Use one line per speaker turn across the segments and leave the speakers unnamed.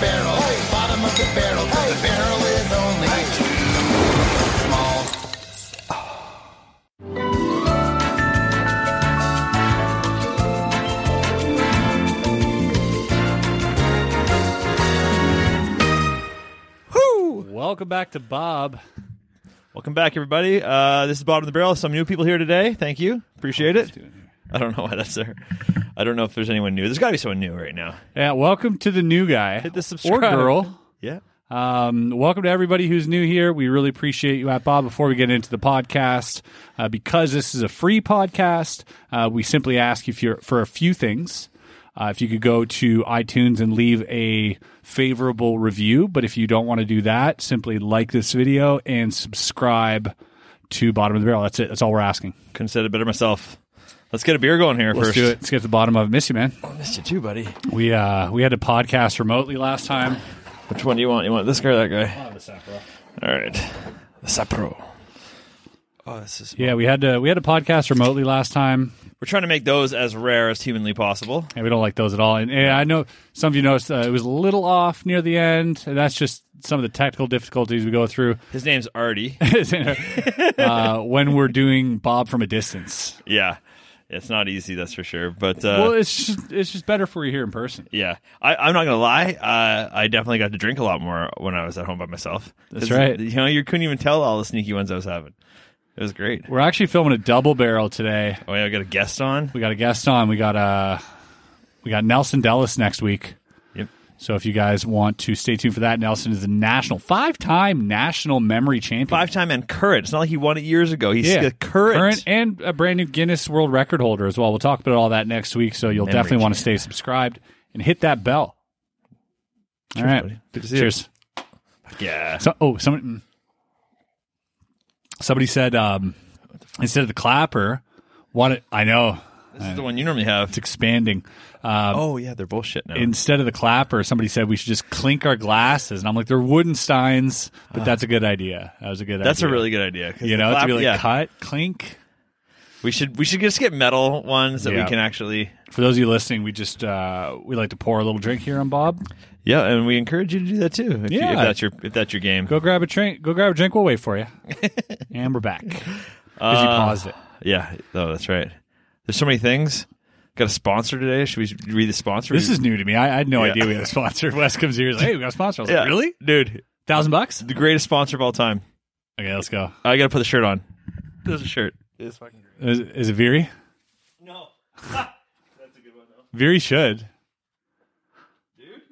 barrel, bottom of the barrel, 'cause the barrel is only small.
Welcome back to Bob.
Welcome back, everybody. Uh, this is Bottom of the Barrel. Some new people here today. Thank you. Appreciate it. I don't know why that's there. I don't know if there's anyone new. There's got to be someone new right now.
Yeah, welcome to the new guy. Hit
the subscribe.
Or girl.
Yeah.
Um, welcome to everybody who's new here. We really appreciate you at Bob. Before we get into the podcast, uh, because this is a free podcast, uh, we simply ask if you're for a few things. Uh, if you could go to iTunes and leave a favorable review, but if you don't want to do that, simply like this video and subscribe to Bottom of the Barrel. That's it. That's all we're asking.
Couldn't have said it better myself. Let's get a beer going here
Let's
first.
do it. Let's get to the bottom of it. Miss you, man.
I missed you too, buddy.
We uh, we had to podcast remotely last time.
Which one do you want? You want this guy or that guy?
Yeah,
All right. The Sapporo. Oh, this is.
we had to we had to podcast remotely last time,
We're trying to make those as rare as humanly possible.
and we don't like those at all. And, and I know some of you noticed uh, it was a little off near the end, and that's just some of the technical difficulties we go through
His name's Artie.
uh, when we're doing Bob from a distance.
yeah. It's not easy, that's for sure. But uh,
Well, it's just, it's just better for you here in person.
Yeah, I, I'm not gonna lie. Uh, I definitely got to drink a lot more when I was at home by myself.
That's
'Cause,
right.
You know, you couldn't even tell all the sneaky ones I was having. It was great.
We're actually filming a double barrel today.
Oh yeah, I got a guest on.
We got a guest on. We got uh we got Nelson Dellis next week.
Yep.
So if you guys want to stay tuned for that, Nelson is a national five-time national memory champion.
Five-time and current. It's not like he won it years ago. He's
Yeah.
the current.
and a brand new Guinness World Record holder as well. We'll talk about all that next week, so you'll
Memory
definitely want to
check.
stay subscribed and hit that bell. all right.
buddy. Good to see you.
Cheers.
Yeah.
So, oh, somebody, mm. somebody said um, instead of the clapper, what it, I know
This is the one you normally have.
it's expanding. Um,
Oh yeah, they're bullshit now.
Instead of the clapper, somebody said we should just clink our glasses, and I'm like, they're wooden steins, but that's a good idea. That was a good.
Ah. That's a
idea.
really good idea. 'cause
you
the
know
clap-
to be like
yeah.
cut clink.
We should we should just get metal ones that
Yeah.
we can actually.
For those of you listening, we just uh, we like to pour a little drink here on Bob.
Yeah, and we encourage you to do that too. If, you,
Yeah.
if that's your if that's your game.
Go grab a drink. Go grab a drink. We'll wait for you. and we're back. 'Cause you
Uh,
paused it.
Yeah. Oh, that's right. There's so many things. Got a sponsor today. Should we read the sponsor?
This is new to me. I, I had no
Yeah.
idea we had a sponsor. Wes comes here. He's like, hey, we got a sponsor. I was
Yeah.
like, really?
dude,
Thousand bucks?
the greatest sponsor of all time.
Okay, let's go.
I gotta put the shirt on. There's a shirt. It's fucking great.
Is, is it Veery?
No, that's a good one though.
Veery should.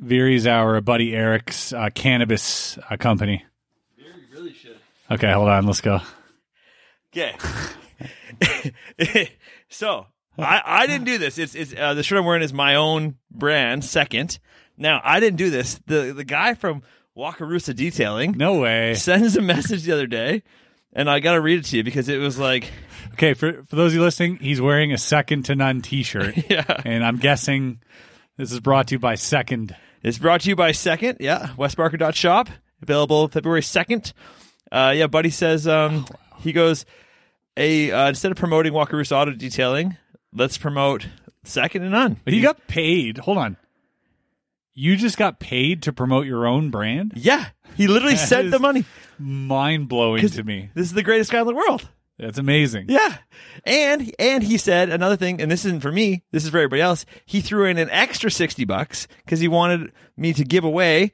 Veery's our buddy Eric's uh, cannabis uh, company.
You really should.
Okay, hold on. Let's go.
Okay. so I I didn't do this. It's it's uh, the shirt I'm wearing is my own brand. Second. Now I didn't do this. The the guy from Wakarusa Detailing
No way.
sends a message the other day, and I gotta read it to you because it was like.
Okay, for, for those of you listening, he's wearing a second to none t shirt.
Yeah.
And I'm guessing this is brought to you by Second.
It's brought to you by Second, yeah, westbarker.shop, available February 2nd. Uh, yeah, Buddy says, um, he goes, a uh, instead of promoting Wakarusa Auto Detailing, let's promote Second and None.
But you got paid. Hold on. You just got paid to promote your own brand?
Yeah, he literally
That
sent
is
the money.
Mind blowing to me.
This is the greatest guy in the world.
That's amazing.
Yeah. And and he said another thing, and this isn't for me, this is for everybody else. He threw in an extra 60 bucks because he wanted me to give away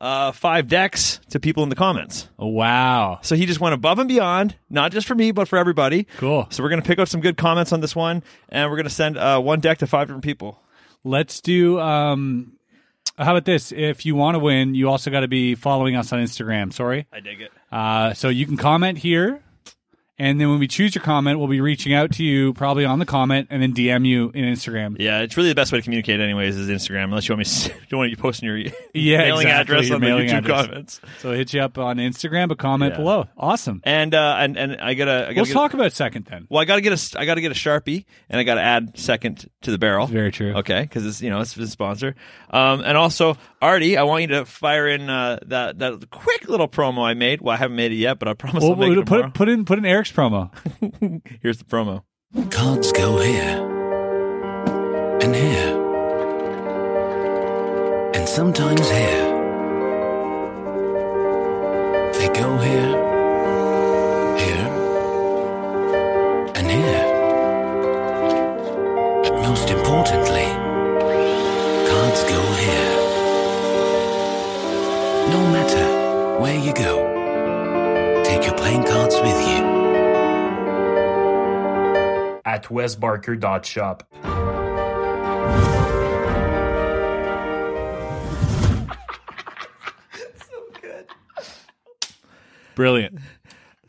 uh, five decks to people in the comments.
Wow.
So he just went above and beyond, not just for me, but for everybody.
Cool.
So we're going to pick up some good comments on this one, and we're going to send uh, one deck to five different people.
Let's do um how about this? If you want to win, you also got to be following us on Instagram. Sorry.
I dig it.
Uh, so you can comment here. And then when we choose your comment, we'll be reaching out to you probably on the comment and then DM you in Instagram.
Yeah, it's really the best way to communicate, anyways, is Instagram. Unless you want me, to, you don't want you posting your e-,
Yeah,
mailing
exactly,
address
your
on
mailing
the YouTube
address.
comments.
So hit you up on Instagram, but comment
Yeah.
below. Awesome.
And uh, and and I gotta, I gotta
Let's
get,
talk about second then.
Well, I gotta get a, s- I gotta get a sharpie, and I gotta add second to the barrel.
Very true.
Okay, because it's you know it's a sponsor. Um, and also Artie, I want you to fire in uh, that that quick little promo I made. Well, I haven't made it yet, but I promise
Well,
I'll make
we'll
it tomorrow.
put put in put in Eric's promo.
Here's the promo.
Cards go here and here and sometimes here. They go here, here, and here. But most importantly, cards go here. No matter where you go, take your playing cards with you.
at wesbarker.shop.
Brilliant.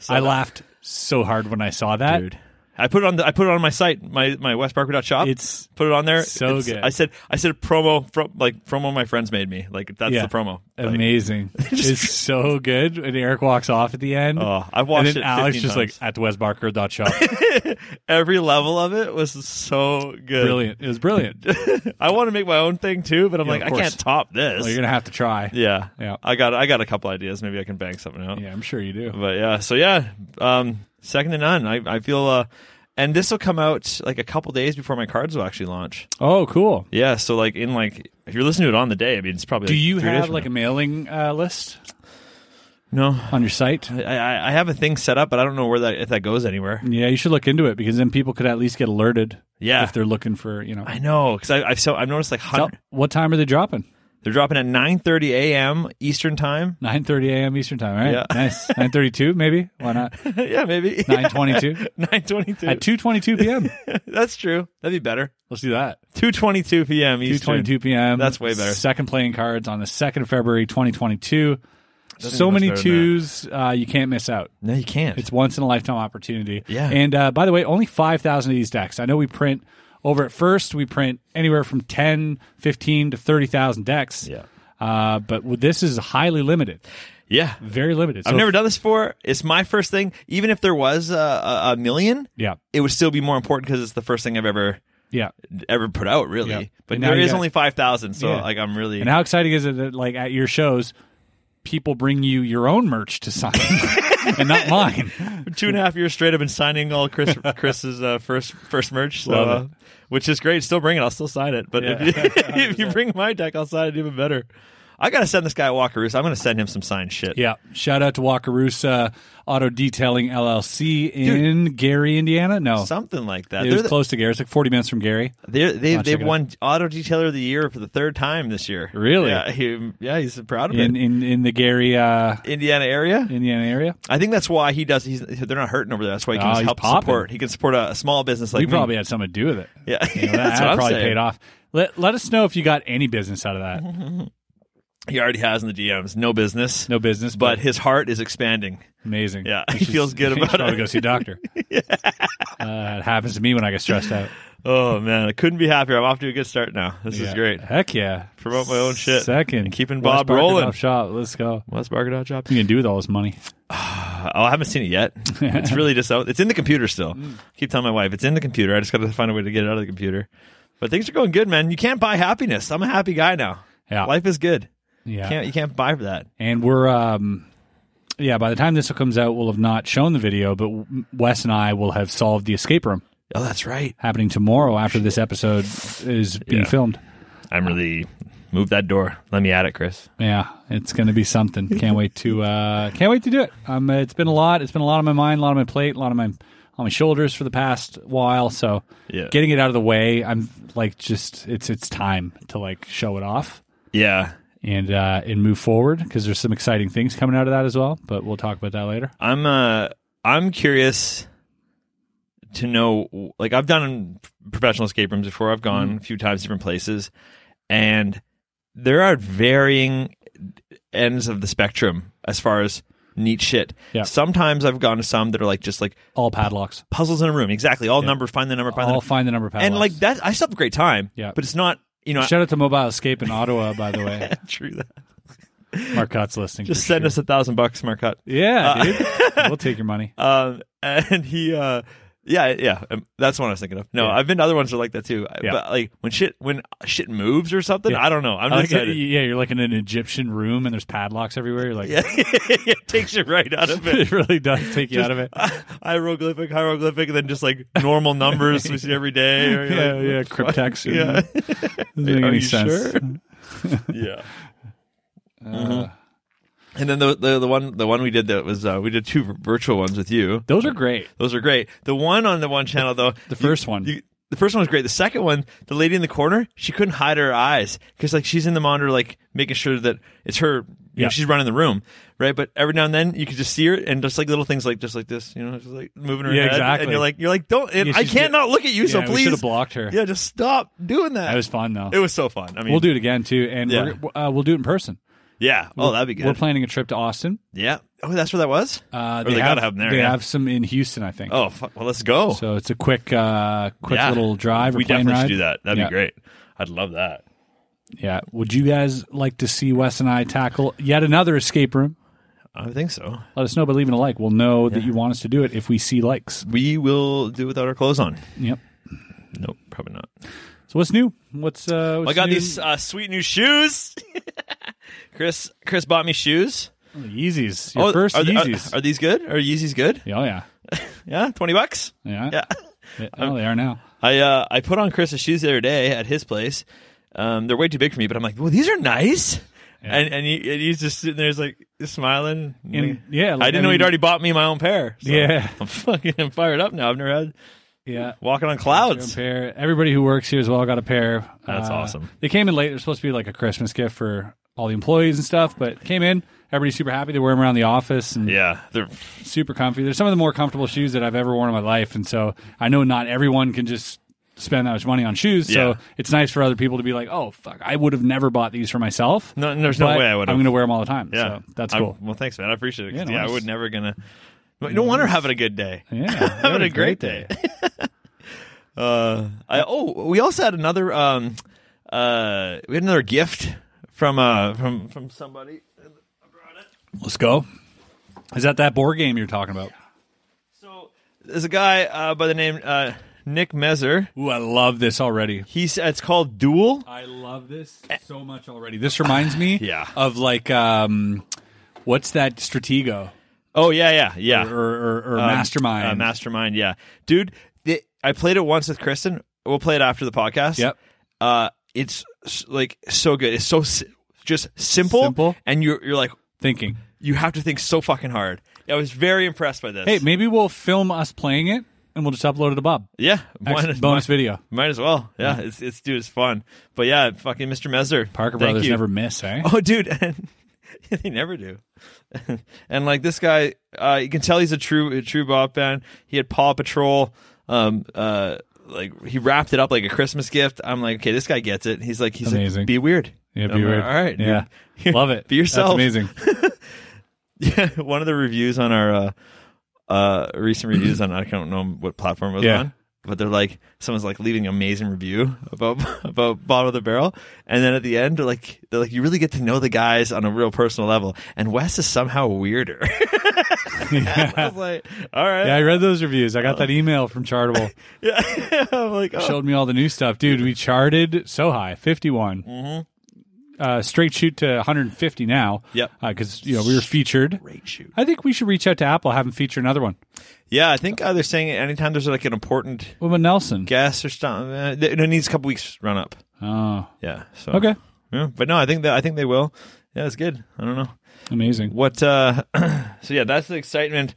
I laughed so hard when I saw that.
dude. I put it on the, I put it on my site, my my westbarker.shop.
It's
put it on there.
so
It's-
good.
I said I said promo from like promo my friends made me. Like that's
Yeah.
the promo. Like,
amazing. it's so good. And Eric walks off at the end.
Oh, I've watched
and then
it
Alex
15
just like
times.
at wesbarker.shop.
every level of it was so good.
brilliant. It was brilliant.
I want to make my own thing too, but I'm
Yeah,
like
of
I
course.
can't top this.
Well, you're gonna have to try.
yeah.
Yeah.
I got I got a couple ideas. Maybe I can bang something out.
Yeah, I'm sure you do.
But yeah, so yeah, um, second to none. I, I feel, uh, and this will come out like a couple days before my cards will actually launch.
Oh, cool.
Yeah, so like in like if you're listening to it on the day, I mean it's probably.
Do
like,
you
three days
have
from
like a
now.
mailing uh, list
no?
on your site?
I, I I have a thing set up, but I don't know where that if that goes anywhere.
Yeah, you should look into it because then people could at least get alerted.
Yeah.
if they're looking for you know.
I know because I've so I've noticed like
So,
hundred,
what time are they dropping?
they're dropping at 9:30 a.m. Eastern time.
9:30 a.m. Eastern time. All right,
Yeah.
nice. 9:32 maybe. Why not?
yeah, maybe
9:22
9:22.
at 2:22 p.m.
That's true. That'd be better.
Let's do that.
2:22 p.m. Eastern.
2:22 p.m.
That's way better.
Second playing cards on the second of February 2022. So
much
many
better than
twos, uh, you can't miss out.
No, you can't.
It's once in a lifetime opportunity.
Yeah.
And uh, by the way, only 5,000 of these decks. I know we print over at first, we print anywhere from 10, 15 to 30,000 decks.
Yeah.
Uh, but with- this is highly limited,
yeah.
very limited.
I've never done this before. It's my first thing. Even if there was a, a, a million,
Yeah.
it would still be more important because it's the first thing I've ever
Yeah.
ever put out, really.
Yeah.
But
And now
there
you
is
got-
only five thousand, so
Yeah.
like I'm really
And how exciting is it that, like, at your shows, people bring you your own merch to sign and not mine?
two and a half years straight. I've been signing all Chris Chris's uh, first first merch, so,
Love
uh, which is great. Still bring it. I'll still sign it. But if, you, if you bring my deck, I'll sign it even better. I gotta send this guy Walkerus. I'm gonna send him some signed shit.
Yeah. Shout out to Wakarusa Auto Detailing LLC in Gary, Indiana. No.
Something like that.
it
They're
was
the-
close to Gary. It's like 40 minutes from Gary.
They're, they
I'll
they've
check it
won Auto Detailer of the Year for the third time this year.
Really?
Yeah, he, yeah he's proud of
in
it.
in in the Gary uh,
Indiana area.
Indiana area.
I think that's why he does. He's, they're not hurting over there. That's why he
Oh,
can
he's
help
popping.
support. He can support a, a small business like
we
me.
probably had something to do with it.
yeah.
You know, that
that's what
ad
I'm
probably
saying.
paid off. Let let us know if you got any business out of that.
He already has in the DMs. No business,
No business,
but
but,
his heart is expanding.
amazing.
Yeah,
You
he
should-
feels good
you should
about it.
Probably go see a doctor. uh, it happens to me when I get stressed out.
Oh man, I couldn't be happier. I'm off to a good start now. This
Yeah.
is great.
Heck yeah!
Promote my own shit.
Second,
And keeping
West
Bob
Barker
rolling.
Top Shop. Let's go.
Westbarker.job.
What are you gonna do with all this money?
Oh, I haven't seen it yet. It's really just out. It's in the computer still.
Mm.
I keep telling my wife it's in the computer. I just got to find a way to get it out of the computer. But things are going good, man. You can't buy happiness. I'm a happy guy now.
Yeah.
life is good.
Yeah,
Can't you can't buy for that?
and we're um, yeah. By the time this comes out, we'll have not shown the video, but Wes and I will have solved the escape room.
Oh, that's right.
happening tomorrow after this episode is being
Yeah.
filmed.
I'm really move that door. Let me at it, Chris.
Yeah, it's going to be something. Can't wait to uh, can't wait to do it. Um, it's been a lot. It's been a lot on my mind, a lot on my plate, a lot on my on my shoulders for the past while. So
Yeah.
getting it out of the way, I'm like just it's it's time to like show it off
Yeah,
and uh, and move forward because there's some exciting things coming out of that as well. But we'll talk about that later.
I'm uh I'm curious to know like I've done professional escape rooms before. I've gone
Mm-hmm.
a few times different places and there are varying ends of the spectrum as far as neat shit.
Yeah.
Sometimes I've gone to some that are like just like
All padlocks.
puzzles in a room. Exactly. All number find the number find
I'll
the
find the number of
number.
padlocks.
And like that I still have a great time.
Yeah.
But it's not, you know,
Shout out to Mobile Escape in Ottawa, by the way.
true that.
Marcotte's listening.
Just
for
send
sure.
us Uh, a thousand bucks, Marcotte.
Yeah, dude. we'll take your money.
Um, and he, uh, yeah, yeah, um, that's one I was thinking of. No,
Yeah.
I've been to other ones that are like that too. I-
Yeah.
But like when shit when shit moves or something, I don't know. I'm
I
just
like that-
excited.
yeah, you're like in an Egyptian room and there's padlocks everywhere. You're like,
Yeah, it takes you right out of it.
it really does take you out of it.
hieroglyphic, hieroglyphic, and then just like normal numbers we see every day. Or you're
Yeah,
like,
yeah,
what the fuck?
cryptex.
Yeah.
Doesn't make
Are
any
you
sense.
sure? yeah.
Uh,
Mhm. And then the, the the one the one we did that was uh, we did two virtual ones with you.
Those are great.
Those are great. The one on the one channel though,
The
you-
first one.
you- the first one was great. The second one, the lady in the corner, she couldn't hide her eyes because like she's in the monitor, like making sure that it's her. You
Yeah.
know, she's running the room, right? But every now and then you could just see her and just like little things like just like this, you know, just like moving her
Yeah,
head,
exactly.
and you're like, you're like, don't. And
You
I
should
can't
ju-
not look at you, so
Yeah, we
please,
should have blocked her.
yeah, just stop doing that.
That was fun though.
it was so fun. I mean,
we'll do it again too, and
Yeah.
we're, uh, we'll do it in person.
Yeah. Oh, that'd be
We're
good.
planning a trip to Austin.
yeah. Oh, that's where that was.
Uh,
Or they gotta have them there,
They
yeah.
have some in Houston, I think.
oh, fuck. well, let's go.
So it's a quick, uh, quick
Yeah.
little drive or
we
plane
definitely
ride.
should do that. That'd
Yeah.
be great. I'd love that.
Yeah. Would you guys like to see Wes and I tackle yet another escape room?
I think so.
Let us know by leaving a like. We'll know that you want us to do it if we see likes.
We will do without our clothes on.
Yep.
Nope, probably not.
So what's new? What's uh? What's
I got
new?
these uh, sweet new shoes. Chris, Chris bought me shoes.
Oh, Yeezys. Your first
Oh, are, they- are-
Yeezys.
Are, these good? Are Yeezys good?
Yeah, oh yeah.
Yeah, twenty bucks.
Yeah.
Yeah.
They- Oh, they are now.
I uh, I put on Chris's shoes the other day at his place. Um, they're way too big for me, but I'm like, well, these are nice. And and, he, and he's just sitting there, he's like smiling.
And- yeah,
I
like, I
didn't know he'd
mean-
already bought me my own pair. So
Yeah.
I'm fucking I'm fired up now. I've never had
Yeah.
walking on
Got a
clouds.
pair. Everybody who works here as well got a pair. Uh,
That's awesome.
They came in late. They're supposed to be like a Christmas gift for all the employees and stuff, but came in. Everybody's super happy. They wear them around the office and
Yeah, they're
super comfy. They're some of the more comfortable shoes that I've ever worn in my life, and so I know not everyone can just spend that much money on shoes.
Yeah.
So it's nice for other people to be like, "Oh fuck, I would have never bought these for myself."
No, there's no
but
way I would've.
I'm going to wear them all the time.
yeah.
so that's
I-
cool.
well, thanks, man. I appreciate it. 'cause,
Yeah, no
Yeah, I
worries.
would never gonna. No wonder having a good day.
yeah,
having a great day. Uh, I, oh, we also had another. Um, uh, we had another gift from uh from from somebody.
Let's go. Is that that board game you're talking about?
So there's a guy uh, by the name uh, Nick Mezer.
Ooh, I love this already.
He's it's called Duel.
I love this so much already. This reminds me
Yeah.
of like um what's that Stratego
Oh yeah, yeah, yeah.
or or, or
Um,
Mastermind?
uh, mastermind. Yeah, dude. The, I played it once with Kristen. We'll play it after the podcast.
Yep.
Uh, it's s- like so good. It's so si- just simple,
Simple.
and you're you're like
thinking.
you have to think so fucking hard. I was very impressed by this.
Hey, maybe we'll film us playing it and we'll just upload it to Bob.
yeah,
Ex-
might,
bonus video.
might, might as well. Yeah, it's it's dude, it's fun. But yeah, fucking Mr. Messer,
Parker
thank
Brothers
you.
never miss, eh?
Oh, dude, and they never do. and like this guy, uh, you can tell he's a true a true Bob fan. He had Paw Patrol. Um, uh, like he wrapped it up like a Christmas gift. I'm like, okay, this guy gets it. He's like, he's like,
Amazing.
be weird.
Yeah, be
I'm like,
weird.
All right,
Yeah.
dude.
Love it.
Be yourself.
That's amazing.
Yeah, one of the reviews on our uh, uh, recent reviews on I don't know what platform it was
Yeah.
on, but they're like someone's like leaving an amazing review about about bottom of the barrel, and then at the end, they're like they're like you really get to know the guys on a real personal level, and Wes is somehow weirder. I was like, all right,
Yeah,
yeah,
I read those reviews. I got that email from Chartable.
I'm like, oh.
Showed me all the new stuff. Dude, we charted so high, 51. Uh, straight shoot to 150 now.
Mm-hmm. Yep.
Because, you know, we were featured.
Great shoot.
I think we should reach out to Apple, have them feature another one.
yeah, I think uh, they're saying anytime there's like an important
What about Nelson?
guest or something, uh, it it needs a couple weeks run up.
Oh,
Yeah, so
okay.
yeah, but no, I think that I think they will. Yeah, it's good. I don't know.
Amazing.
what uh so yeah that's the excitement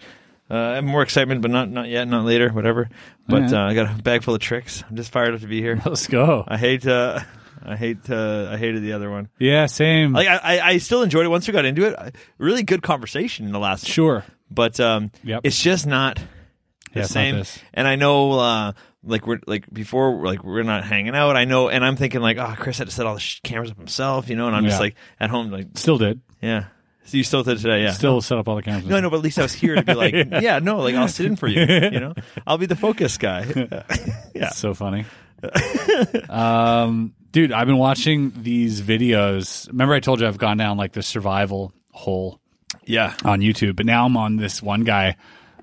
uh I have more excitement but not not yet not later whatever but
Alright.
uh, i got a bag full of tricks i'm just fired up to be here
Let's go.
i hate uh i hate uh i hated the other one
Yeah, same.
like I, I i still enjoyed it once we got into it I- really good conversation in the last one.
sure.
but um
Yep.
it's just not the
Yeah, it's not
same
this.
and i know uh like we're like before like we're not hanging out i know and i'm thinking like oh chris had to set all the sh- cameras up himself you know and i'm just
Yeah.
like at home like
Still did.
yeah so you still did it today yeah
Still set up all the cameras.
no, no, but at least I was here to be like, yeah. no, like I'll sit in for you. You know, I'll be the focus guy. yeah.
So funny. um, dude, I've been watching these videos. Remember, I told you I've gone down like the survival hole
Yeah.
on YouTube, but now I'm on this one guy.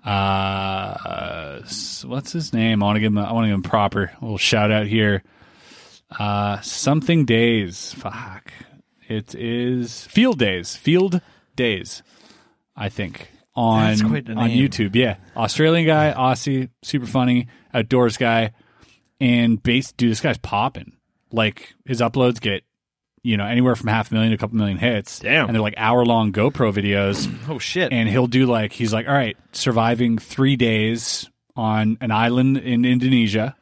Uh, s- what's his name? I want to give him. a- I want to give him a proper little shout out here. Uh, something days. Fuck. It is field days. Field days. I think on
That's quite a
on
name.
YouTube. Yeah, Australian guy, Aussie, super funny, outdoors guy, and base. Dude, this guy's popping. Like his uploads get you know anywhere from half a million to a couple million hits.
Damn.
and they're like hour long GoPro videos.
Oh shit!
and he'll do like he's like, all right, surviving three days on an island in Indonesia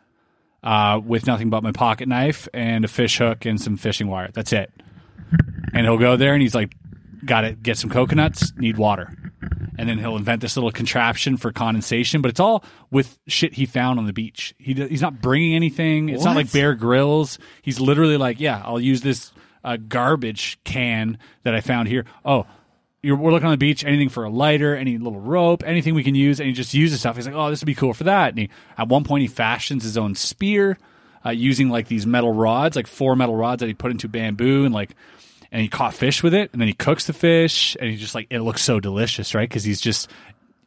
uh, with nothing but my pocket knife and a fish hook and some fishing wire. That's it. And he'll go there and he's like, got to get some coconuts, need water. And then he'll invent this little contraption for condensation, but it's all with shit he found on the beach. He, d- he's not bringing anything. It's not like Bear Grylls. He's literally like, yeah, I'll use this uh, garbage can that I found here. Oh, you're, we're looking on the beach, anything for a lighter, any little rope, anything we can use, and he just uses stuff. He's like, oh, this would be cool for that. And he, at one point, he fashions his own spear uh, using like these metal rods, like four metal rods that he put into bamboo, and like, and he caught fish with it, and then he cooks the fish, and he just like it looks so delicious, right? Because he's just,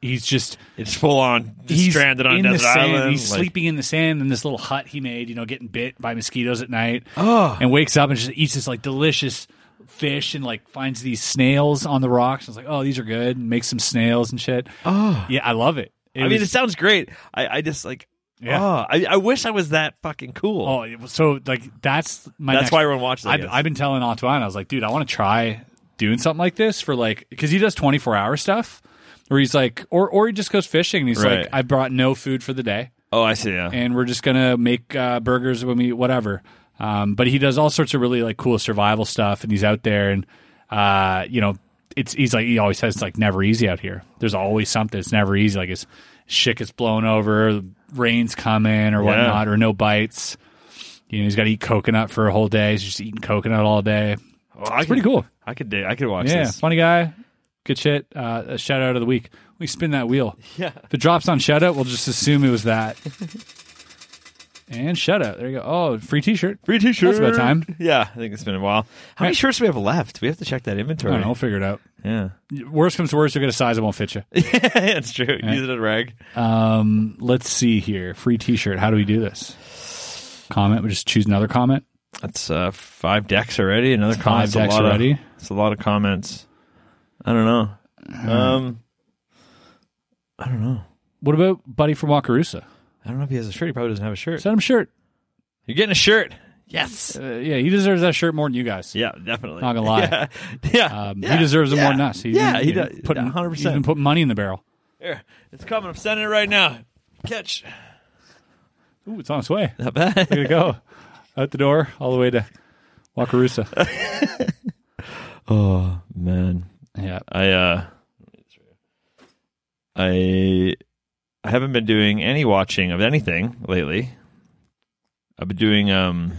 he's just
it's full on
he's
stranded on a
in
desert
the sand.
island.
He's
like-
sleeping in the sand in this little hut he made, you know, getting bit by mosquitoes at night. Oh. And wakes up and just eats this like delicious fish and like finds these snails on the rocks. And it's like, oh, these are good. And makes some snails and shit. Oh. Yeah, I love it. It
I mean, it
was-
sounds great. I, I just like.
Yeah.
Oh, I, I wish I was that fucking cool.
oh, it was- so like that's my.
That's
next-
why everyone watches. I,
I've,
guess.
I've been telling Antoine, I was like, dude, I want to try doing something like this for like, because he does 24 hour stuff where he's like, or, or he just goes fishing and he's
Right.
like, I brought no food for the day.
oh, I see. Yeah.
and we're just gonna make uh, burgers when we whatever. Um, but he does all sorts of really like cool survival stuff, and he's out there, and uh, you know, it's he's like he always says it's like never easy out here. There's always something. It's never easy. Like his shit gets blown over, rains come in or whatnot, or no bites. You know, he's got to eat coconut for a whole day. He's just eating coconut all day.
Well, I
It's pretty
could-
cool.
I could do. I could watch
Yeah,
this.
funny guy. Good shit. Uh, a shout out of the week. We spin that wheel. Yeah. If it drops on shout out, we'll just assume it was that. and shout out. There you go. Oh, free T-shirt.
Free t-shirt.
That's about time.
Yeah, I think it's been a while. How many
Right.
shirts do we have left? We have to check that
I
inventory.
don't know. We'll figure it out.
Yeah,
Worst comes to worst, you'll get a size that won't fit you.
that's true. Use it as a rag.
Um, let's see here. Free T-shirt. How do we do this? Comment. We just choose another comment.
That's uh, five decks already. Another
Five
comment.
decks
a lot Of,
already.
it's a lot of comments. I don't know. Um, I don't know.
What about Buddy from Wakarusa?
I don't know if he has a shirt. He probably doesn't have a shirt.
Send him a shirt.
You're getting a shirt. Yes.
Uh, yeah, he deserves that shirt more than you guys.
Yeah, definitely.
Not gonna lie.
Yeah. yeah.
Um,
Yeah.
He deserves it
Yeah.
more than us. He's
yeah,
been,
he
you know,
does.
Putting,
100%.
He's been putting money in the barrel.
Here, it's coming. I'm sending it right now. Catch.
Ooh, it's on its way.
Not bad.
Here to go. Out the door, all the way to Wakarusa.
Oh man,
yeah.
I uh, I I haven't been doing any watching of anything lately. I've been doing um.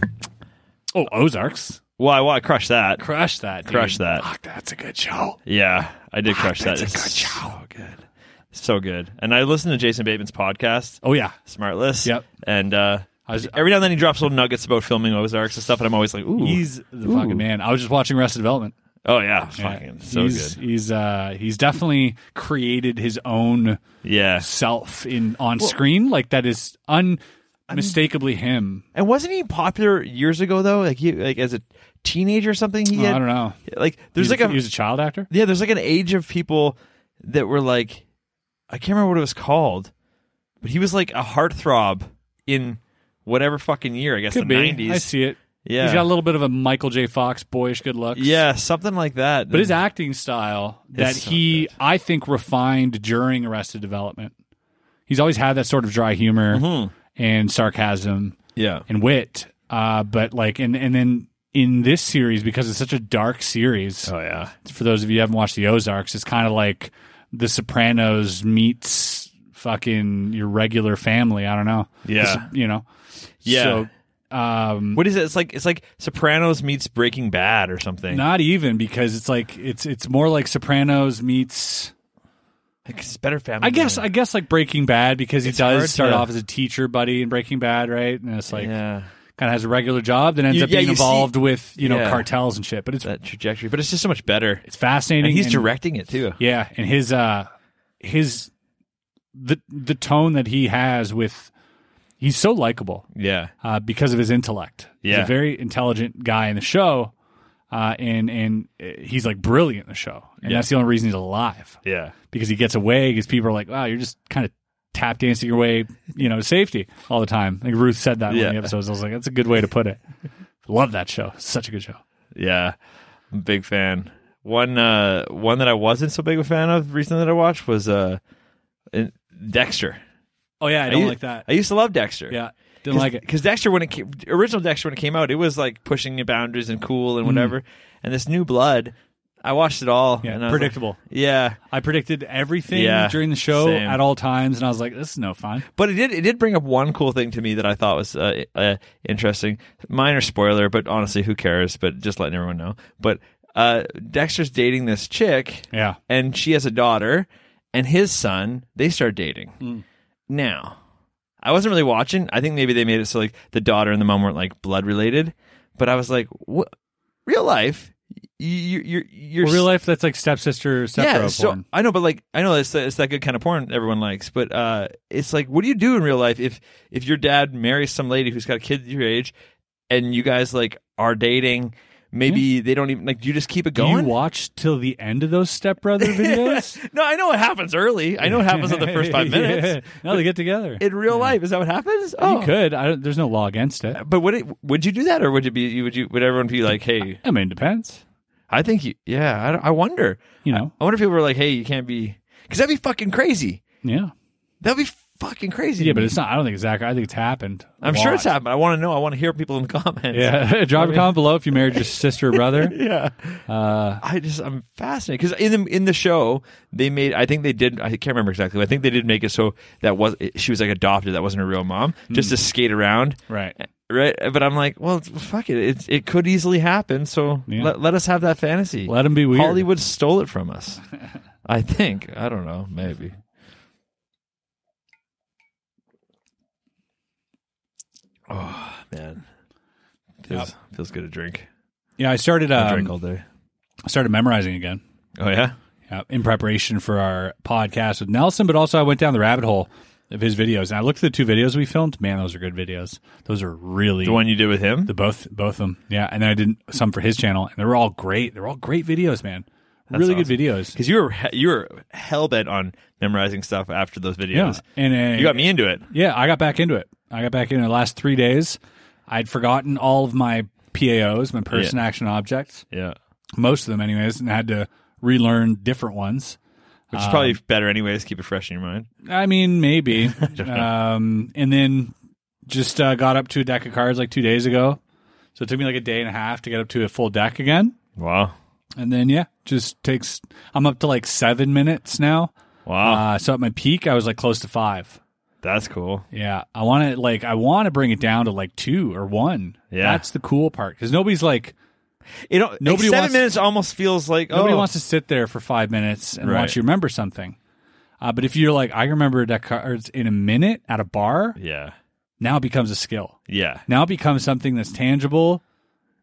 Oh, Ozarks.
Well, I, well, I crushed that.
Crush that. Dude.
Crush that.
Fuck, that's a good show.
Yeah, I did crush that.
Ah, that's a good
so good, so good. And I listened to Jason Bateman's podcast,
Oh, yeah.
Smart List.
Yep.
And uh,
I was-
every now and then he drops little nuggets about filming Ozarks and stuff, and I'm always like, ooh,
He's the fucking man. I was just watching Arrested Development.
oh yeah,
Yeah.
fucking so
he's,
good.
He's, uh, he's definitely created his own
Yeah.
self in on screen. Like, that is unmistakably him.
And wasn't he popular years ago though? Like he like as a teenager or something? He
Oh,
had,
I don't know.
Like there's
He's
like
a,
a,
he was a child actor?
yeah, there's like an age of people that were like I can't remember what it was called, but he was like a heartthrob in whatever fucking year, I guess
Could
the
be.
nineties.
I see it.
Yeah.
He's got a little bit of a Michael J. Fox boyish good looks.
Yeah, something like that.
But his acting style that
so
he,
good.
I think, refined during Arrested Development. He's always had that sort of dry humor
Mm-hmm.
and sarcasm
yeah.
and wit. Uh, but like, and and then in this series, because it's such a dark series,
Oh yeah.
for those of you who haven't watched the Ozarks, it's kind of like The Sopranos meets fucking your regular family. I don't know.
Yeah.
This- you know.
Yeah.
So, um,
Mm. What is it? It's like it's like Sopranos meets Breaking Bad or something.
not even because it's like it's it's more like Sopranos meets.
Like, it's better family.
I guess
than-
I guess like Breaking Bad because he
Mm-hmm. It's hard
does start
to-
off as a teacher buddy in Breaking Bad, right? And it's like
yeah.
kind of has a regular job, then ends
You-
up
yeah,
being
you see-
involved with you know
Yeah.
cartels and shit. But it's
That trajectory. But it's just so much better.
it's fascinating.
And he's
and-
directing it too.
yeah, and his uh his the the tone that he has with he's so likable
Yeah.
uh, because of his intellect. He's
Yeah.
a very intelligent guy in the show, uh, and and uh, he's like brilliant in the show, and that's the only reason he's alive
Yeah.
because he gets away because people are like, wow, you're just kind of tap dancing your way, you know, to safety all the time. Like Ruth said that in one of
Yeah.
the episodes. I was like, that's a good way to put it. Love that show. Such a good show.
Yeah, I'm a big fan. One uh, one that I wasn't so big a fan of recently that I watched was uh, in- Dexter.
Oh yeah, I
I
don't
u-
like that.
I used to love Dexter.
yeah, didn't like it.
because Dexter when it came, original Dexter when it came out, it was like pushing the boundaries and cool and
Mm.
whatever. And this New Blood, I watched it all.
Yeah,
and I was like-
predictable.
yeah,
I predicted everything
Yeah,
during the show
same.
at all times, and I was like, "This is no fun."
But it did it did bring up one cool thing to me that I thought was uh, uh, interesting. Minor spoiler, but honestly, who cares? But just letting everyone know. But uh, Dexter's dating this chick,
Yeah.
and she has a daughter, and his son. They start dating.
Hmm.
Now, I wasn't really watching. I think maybe they made it so like the daughter and the mom weren't like blood related. But I was like, what? Real life. You, you're, you're
Well, real life, that's like stepsister, stepbro porn.
I know, but like I know it's it's that good kind of porn everyone likes, but uh, it's like what do you do in real life if if your dad marries some lady who's got a kid your age, and you guys like are dating? Maybe they don't even like. Do you just keep it
Do
going?
you watch till the end of those stepbrother videos?
no, I know it happens early. I know it happens in the first five
Yeah.
minutes.
No, they get together.
In real life, is that what happens? Oh,
You could. I don't, there's no law against it.
But would it? Would you do that, or would you be? you- Would you? Would everyone be like, "Hey,
I mean, it depends.
I think you." Yeah, I, don't- I wonder.
You know.
I wonder if people were like, "Hey, you can't be," because that'd be fucking crazy.
Yeah.
That'd be fucking crazy.
Yeah,
to
but
me.
it's not. I don't think it's that. I think it's happened. a
I'm sure
lot.
it's happened. I want to know. I want to hear people in the comments.
Yeah. Drop a comment below if you married your sister or brother.
yeah. I just I'm fascinated because in the in the show they made I think they did I can't remember exactly. But I think they did make it so that was she was like adopted that wasn't her real mom just to skate around.
Right.
Right, but I'm like, well, it's- fuck it. It it could easily happen. So
Yeah.
let, let us have that fantasy.
Let 'em be weird.
Hollywood stole it from us. I think. I don't know. Maybe. Oh man, feels feels good to drink.
Yeah, I started.
I drink
Um,
all day.
I started memorizing again.
Oh yeah.
uh, in preparation for our podcast with Nelson, but also I went down the rabbit hole of his videos and I looked at the two videos we filmed. Man, those are good videos. Those are really
The one you did with him?
the both both of them. Yeah, and then I did some for his channel, and they were all great. They're all great videos, man. really good videos.
Because you were he- you were hell bent on memorizing stuff after those
Yeah,
videos.
and uh,
You got me into it.
Yeah, I got back into it. I got back into it the last three days. I'd forgotten all of my PAOs, my person action objects,
Yeah.
most of them, anyways, and had to relearn different ones.
Which is
Um,
probably better anyways, keep it fresh in your mind.
I mean, maybe. um, and then just uh, got up to a deck of cards like two days ago. So it took me like a day and a half to get up to a full deck again.
Wow.
And then, yeah, just takes, I'm up to like seven minutes now.
Wow.
Uh, so at my peak, I was like close to five.
That's cool.
Yeah. I want to, like, I want to bring it down to like two or one.
Yeah.
That's the cool part because nobody's like,
You know,
Nobody
nobody seven
wants-
minutes almost feels like
Nobody
oh,
wants to sit there for five minutes and
Right.
watch you remember something. Uh, but if you're like, I remember a deck of cards in a minute at a bar,
Yeah.
now it becomes a skill.
Yeah.
now it becomes something that's tangible.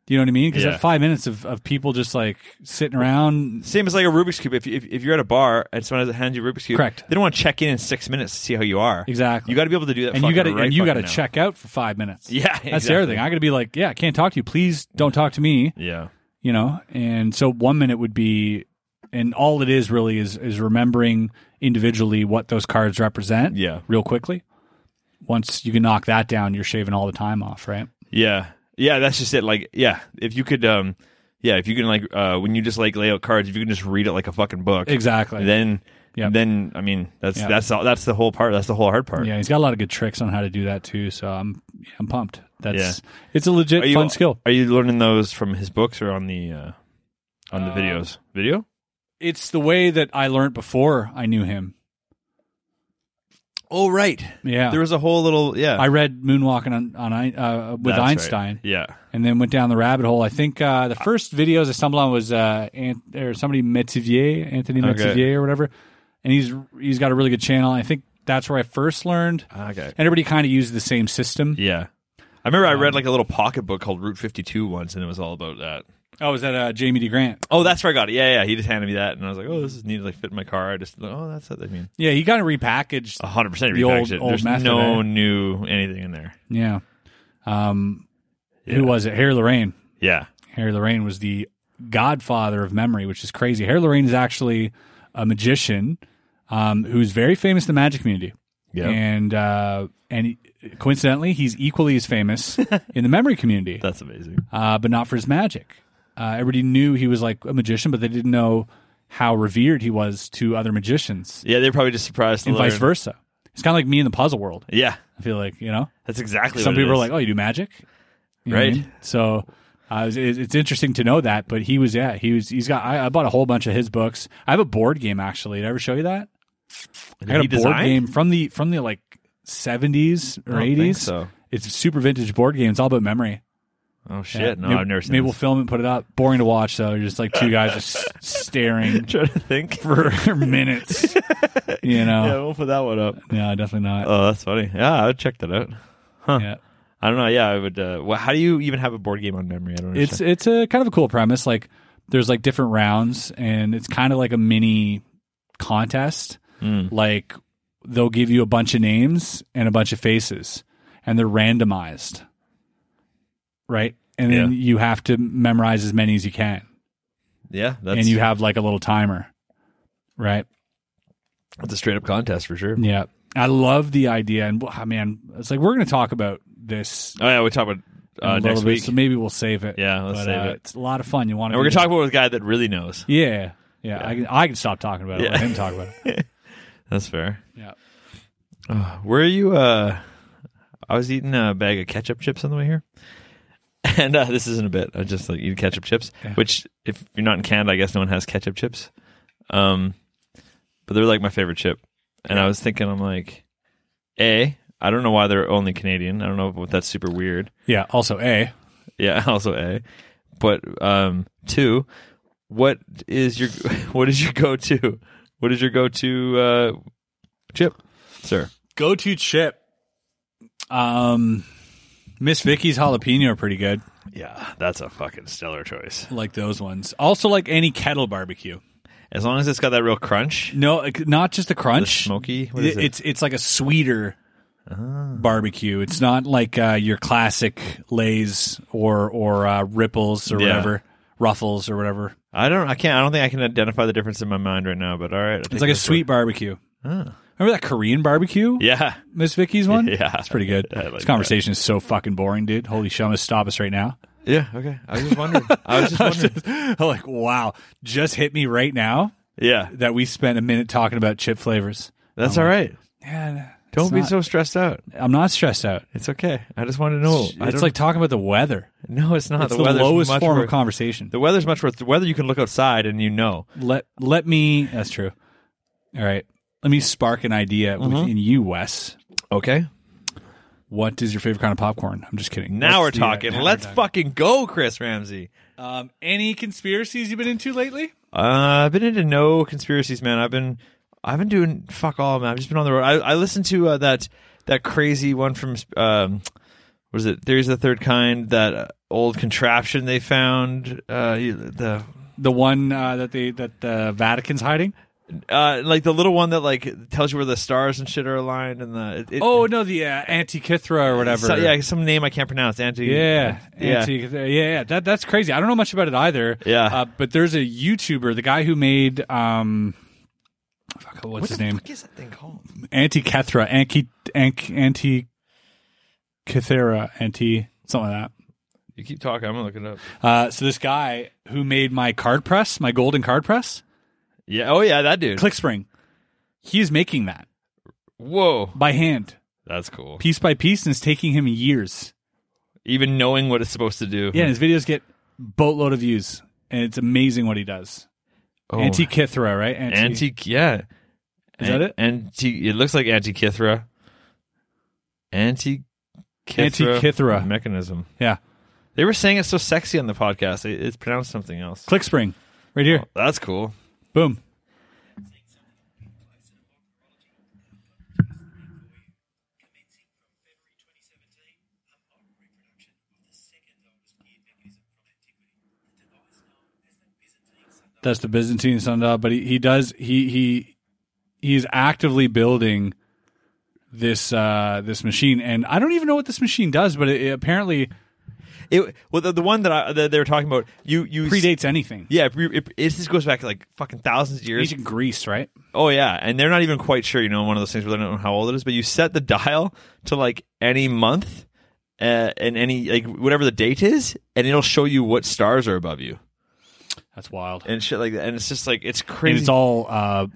Do you know what I mean? Because
Yeah.
that five minutes of, of people just like sitting around,
Same as like a Rubik's Cube. If, you- if, if you're at a bar and someone has a hand you a Rubik's Cube,
Correct.
they don't want to check in in six minutes to see how you are.
Exactly.
You got to be able to do that
and you
got
got
to
to and you got to check out for five minutes.
Yeah,
that's the other
exactly.
thing. I got to be like, yeah, I can't talk to you. Please don't talk to me.
Yeah.
You know. And so one minute would be, and all it is really is is remembering individually what those cards represent.
Yeah.
real quickly. Once you can knock that down, you're shaving all the time off, right?
Yeah. Yeah, that's just it. Like, yeah, if you could, um, yeah, if you can, like, uh, when you just like lay out cards, if you can just read it like a fucking book,
Exactly.
Then,
Yeah.
then I mean, that's
Yeah.
that's all, that's the whole part. That's the whole hard part.
Yeah, he's got a lot of good tricks on how to do that too. So I'm I'm pumped. That's it's a legit
Are you
fun skill.
Are you learning those from his books or on the uh, on the videos? Video?
It's the way that I learned before I knew him.
Oh, right.
Yeah,
There was a whole little yeah.
I read Moonwalking on on Ein- uh, with
That's right.
Einstein,
Yeah.
and then went down the rabbit hole. I think uh, the first videos I stumbled on was uh, Ant- or somebody Metivier, Anthony
Okay.
Metivier or whatever, and he's he's got a really good channel. I think that's where I first learned.
Ah, Okay.
Everybody kind of used the same system.
Yeah. I remember I
Um,
read like a little pocketbook called Route 52 once, and it was all about that.
Oh, was that uh, Jamie D. Grant?
Oh, that's where I got it. Yeah, yeah. He just handed me that, and I was like, "Oh, this is neat. Like, fit in my car." I just, oh, that's what they mean.
Yeah, he kind of repackaged
A hundred percent
The old-
repackaged it.
old
There's
method,
no
eh?
new anything in there.
Yeah. Um, Who was it? Harry Lorraine.
Yeah,
Harry Lorraine was the godfather of memory, which is crazy. Harry Lorraine is actually a magician um, who's very famous in the magic community.
Yeah.
And, uh, and he- coincidentally, he's equally as famous in the memory community,
that's amazing.
uh, but not for his magic. Uh, everybody knew he was like a magician, but they didn't know how revered he was to other magicians
Yeah, they're probably just surprised. To
and
learn.
vice versa. It's kind of like me in the puzzle world.
Yeah,
I feel like, you know,
that's exactly.
some
what it
people are
is.
like, oh, you do magic? You know what I
Right.
mean? So uh, it's, it's interesting to know that, but he was, yeah, he was, he's got, I, I bought a whole bunch of his books. I have a board game actually. Did I ever show you that? I got a
he
board
design?
game from the, from the like 70s or 80s.
think so.
It's a super vintage board game. It's all about memory.
Oh shit!
Yeah.
No,
Maybe-
I've never seen.
Maybe
this.
we'll film it and put it up. Boring to watch though. You're just like two guys just staring
trying to think.
for minutes. You
Yeah,
know?
we'll put that one up.
No, definitely not.
Oh, that's funny. Yeah, I would check that out. Uh-huh.
yeah.
I don't know. Yeah, I would. Uh, wh- how do you even have a board game on memory? I don't.
It's
Understand.
it's a kind of a cool premise. Like there's like different rounds and it's kind of like a mini contest.
Hmm.
Like they'll give you a bunch of names and a bunch of faces and they're randomized. Right? And then
Yeah.
you have to memorize as many as you can.
yeah, that's
and you have like a little timer. Right?
that's a straight up contest for sure.
Yeah. I love the idea. And wow, man, it's like we're going to talk about this
Oh yeah, we talk about
in a
uh,
little
next
bit,
week.
so maybe we'll save it.
Yeah, let's
But,
save
uh,
it.
It's a lot of fun. You want to
And we're gonna talk about a guy that really knows.
Yeah. Yeah. I, can, I can stop talking about it. Let
Yeah.
him talk about it.
That's fair.
Yeah.
Where are you? Uh, I was eating a bag of ketchup chips on the way here, and uh, this isn't a bit. I just like eat ketchup chips, which if you're not in Canada, I guess no one has ketchup chips. Um, but they're like my favorite chip, and I was thinking, I'm like, a. I don't know why they're only Canadian. I don't know if that's super weird.
Yeah. Also, A,
Yeah, also a. But um, two, what is your what is your go to? What is your go to uh, chip, sir?
go to chip. Um, Miss Vicky's jalapeno are pretty good.
Yeah, that's a fucking stellar choice.
I like those ones. Also, like any kettle barbecue.
As long as it's got that real crunch,
No, like, not just the
the
crunch.
smoky. What is
It-
it?
it's it's like a sweeter barbecue. It's not like uh, your classic Lay's or or uh, Ripples or
Yeah.
whatever, Ruffles or whatever.
I don't. I can't. I don't think I can identify the difference in my mind right now. But all right,
It's like a sweet barbecue. Remember that Korean barbecue?
Yeah,
Miss Vicky's one?
Yeah.
It's pretty good.
I like
this conversation is so fucking boring, dude. Holy shit, I'm gonna stop us right now.
yeah. Okay, I was just wondering. I was just wondering.
I'm like, wow, just hit me right now
Yeah,
that we spent a minute talking about chip flavors.
that's all right.
Yeah,
Don't be
not-
so stressed out.
I'm not stressed out.
It's okay. I just want to know. I
It's
don't-
like talking about the weather.
no, it's not.
It's the,
weather's
lowest
much
form
worse.
of conversation.
The weather's much worse. The weather you can look outside and you know.
let let me that's true all right let me spark an idea
Mm-hmm.
within you wes
Okay.
what is your favorite kind of popcorn i'm just kidding
Now
What's
we're
the, uh,
talking.
now we're
Let's
talking.
fucking go, Chris Ramsey.
um, any conspiracies you've been into lately
Uh, I've been into no conspiracies, man. I've been I've been doing fuck all, man. I've just been on the road. I, I listened to uh, that that crazy one from um, what is it? Theories of the Third Kind. That uh, old contraption they found. Uh, you- the
the one uh, that they that the vatican's hiding
uh, like the little one that like tells you where the stars and shit are aligned, and the it, it-
oh no the uh, antikythera or whatever
so- yeah, some name I can't pronounce. Anti.
yeah,
Yeah.
Antikythera. yeah, yeah. That that's crazy. I don't know much about it either.
Yeah.
uh, but there's a YouTuber, the guy who made um, fuck, what's
What
his
the
name?
fuck is that thing called?
Antikythera, Anki, Ank, Anti, Kythera, Anti, something like
You keep talking. I'm gonna look it up.
that. Uh, so this guy who made my card press, my golden card press,
Yeah. Oh yeah, that dude.
ClickSpring, he is making that
Whoa,
by hand,
that's cool.
piece by piece, and it's taking him years.
Even knowing what it's supposed to do.
Yeah, and his videos get boatload of views, and it's amazing what he does.
Oh.
Antikythera, right? Anti,
Antique, yeah.
Is that it?
Antique. It looks like Antikythera. Antikythera.
Antikythera.
mechanism.
yeah,
They were saying it's so sexy on the podcast. It, it's pronounced something else.
ClickSpring, right here.
That's cool.
Boom. That's the Byzantine sundial, but he, he does he he he's actively building this uh this machine, and I don't even know what this machine does, but it, it apparently
It well the, the one that I that they were talking about. You you
predates anything.
Yeah, it, it, it just goes back like fucking thousands of years.
Ancient Greece, right?
Oh yeah, and they're not even quite sure. You know, one of those things where they don't know how old it is, but you set the dial to like any month, uh, and any like whatever the date is, and it'll show you what stars are above you
That's wild.
and shit like that. And it's just like it's
And
crazy.
it's all uh,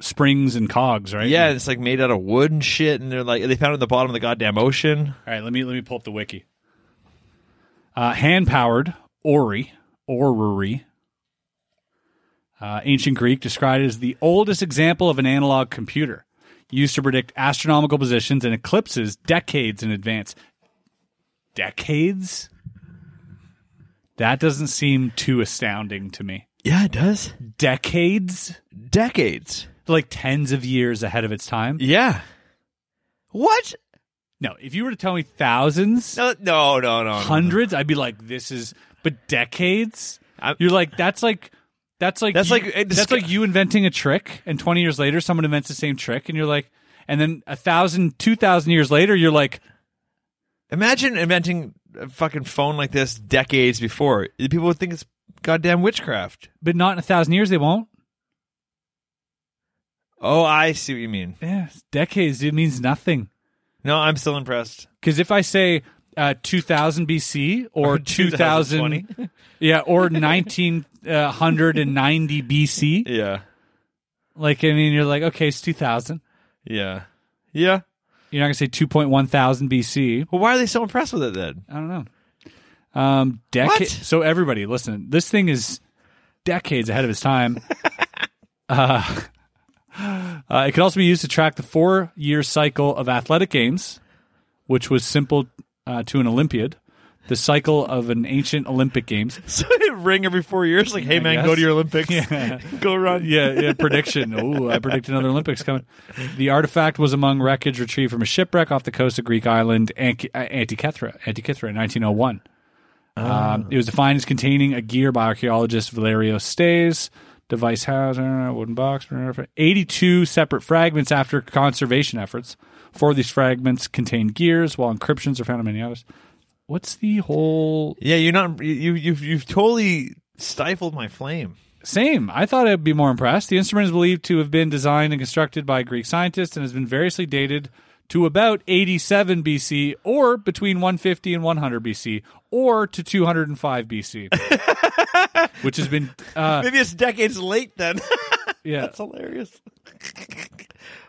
springs and cogs, right?
yeah, and it's like made out of wood and shit. And they're like they found it in the bottom of the goddamn ocean.
All right, let me let me pull up the wiki. Uh, hand powered ori orrery. Uh, ancient Greek described as the oldest example of an analog computer used to predict astronomical positions and eclipses decades in advance. Decades? That doesn't seem too astounding to me.
Yeah, it does.
Decades?
Decades.
Like tens of years ahead of its time?
Yeah. What?
No, if you were to tell me thousands,
No, no, no, no. no.
hundreds, I'd be like, this is, but decades.
I'm-
You're like, that's like, that's like,
That's
you-
like- it just-
that's like you inventing a trick, and 20 years later, someone invents the same trick, and you're like, and then a thousand, two thousand years later, you're like,
Imagine inventing a fucking phone like this decades before. People would think it's goddamn witchcraft.
but not in a thousand years, they won't.
Oh, I see what you mean.
Yeah, it's decades, it means nothing.
No, I'm still impressed.
Because if I say uh, 2000 BC or, 2000, yeah, or uh, 1990 BC,
Yeah.
like, I mean, you're like, okay, it's 2000.
Yeah. Yeah.
You're not going to say 2.1 thousand BC.
Well, why are they so impressed with it then?
I don't know. Um,
What?
decade. So everybody, listen. This thing is decades ahead of its time. uh, uh, it could also be used to track the four-year cycle of athletic games, which was simple uh, to an Olympiad. The cycle of an ancient Olympic games.
So they ring every four years, like, hey, man, go
guess.
to your Olympics. go run.
Yeah, yeah. Prediction. Ooh, I predict another Olympics coming. The artifact was among wreckage retrieved from a shipwreck off the coast of Greek island Anki- uh, Antikythera, Antikythera in 1901. Um, it was defined as containing a gear by archaeologist Valerio Stays. Device housed uh, wooden box. uh, 82 separate fragments after conservation efforts. Four of these fragments contain gears, while encryptions are found in many others. What's the whole
Yeah, you're not, you, you've, you've totally stifled my flame.
Same. I thought I'd be more impressed. The instrument is believed to have been designed and constructed by Greek scientists and has been variously dated to about 87 BC or between 150 and 100 BC or to 205 BC, which has been, uh,
Maybe it's decades late then.
yeah,
That's hilarious.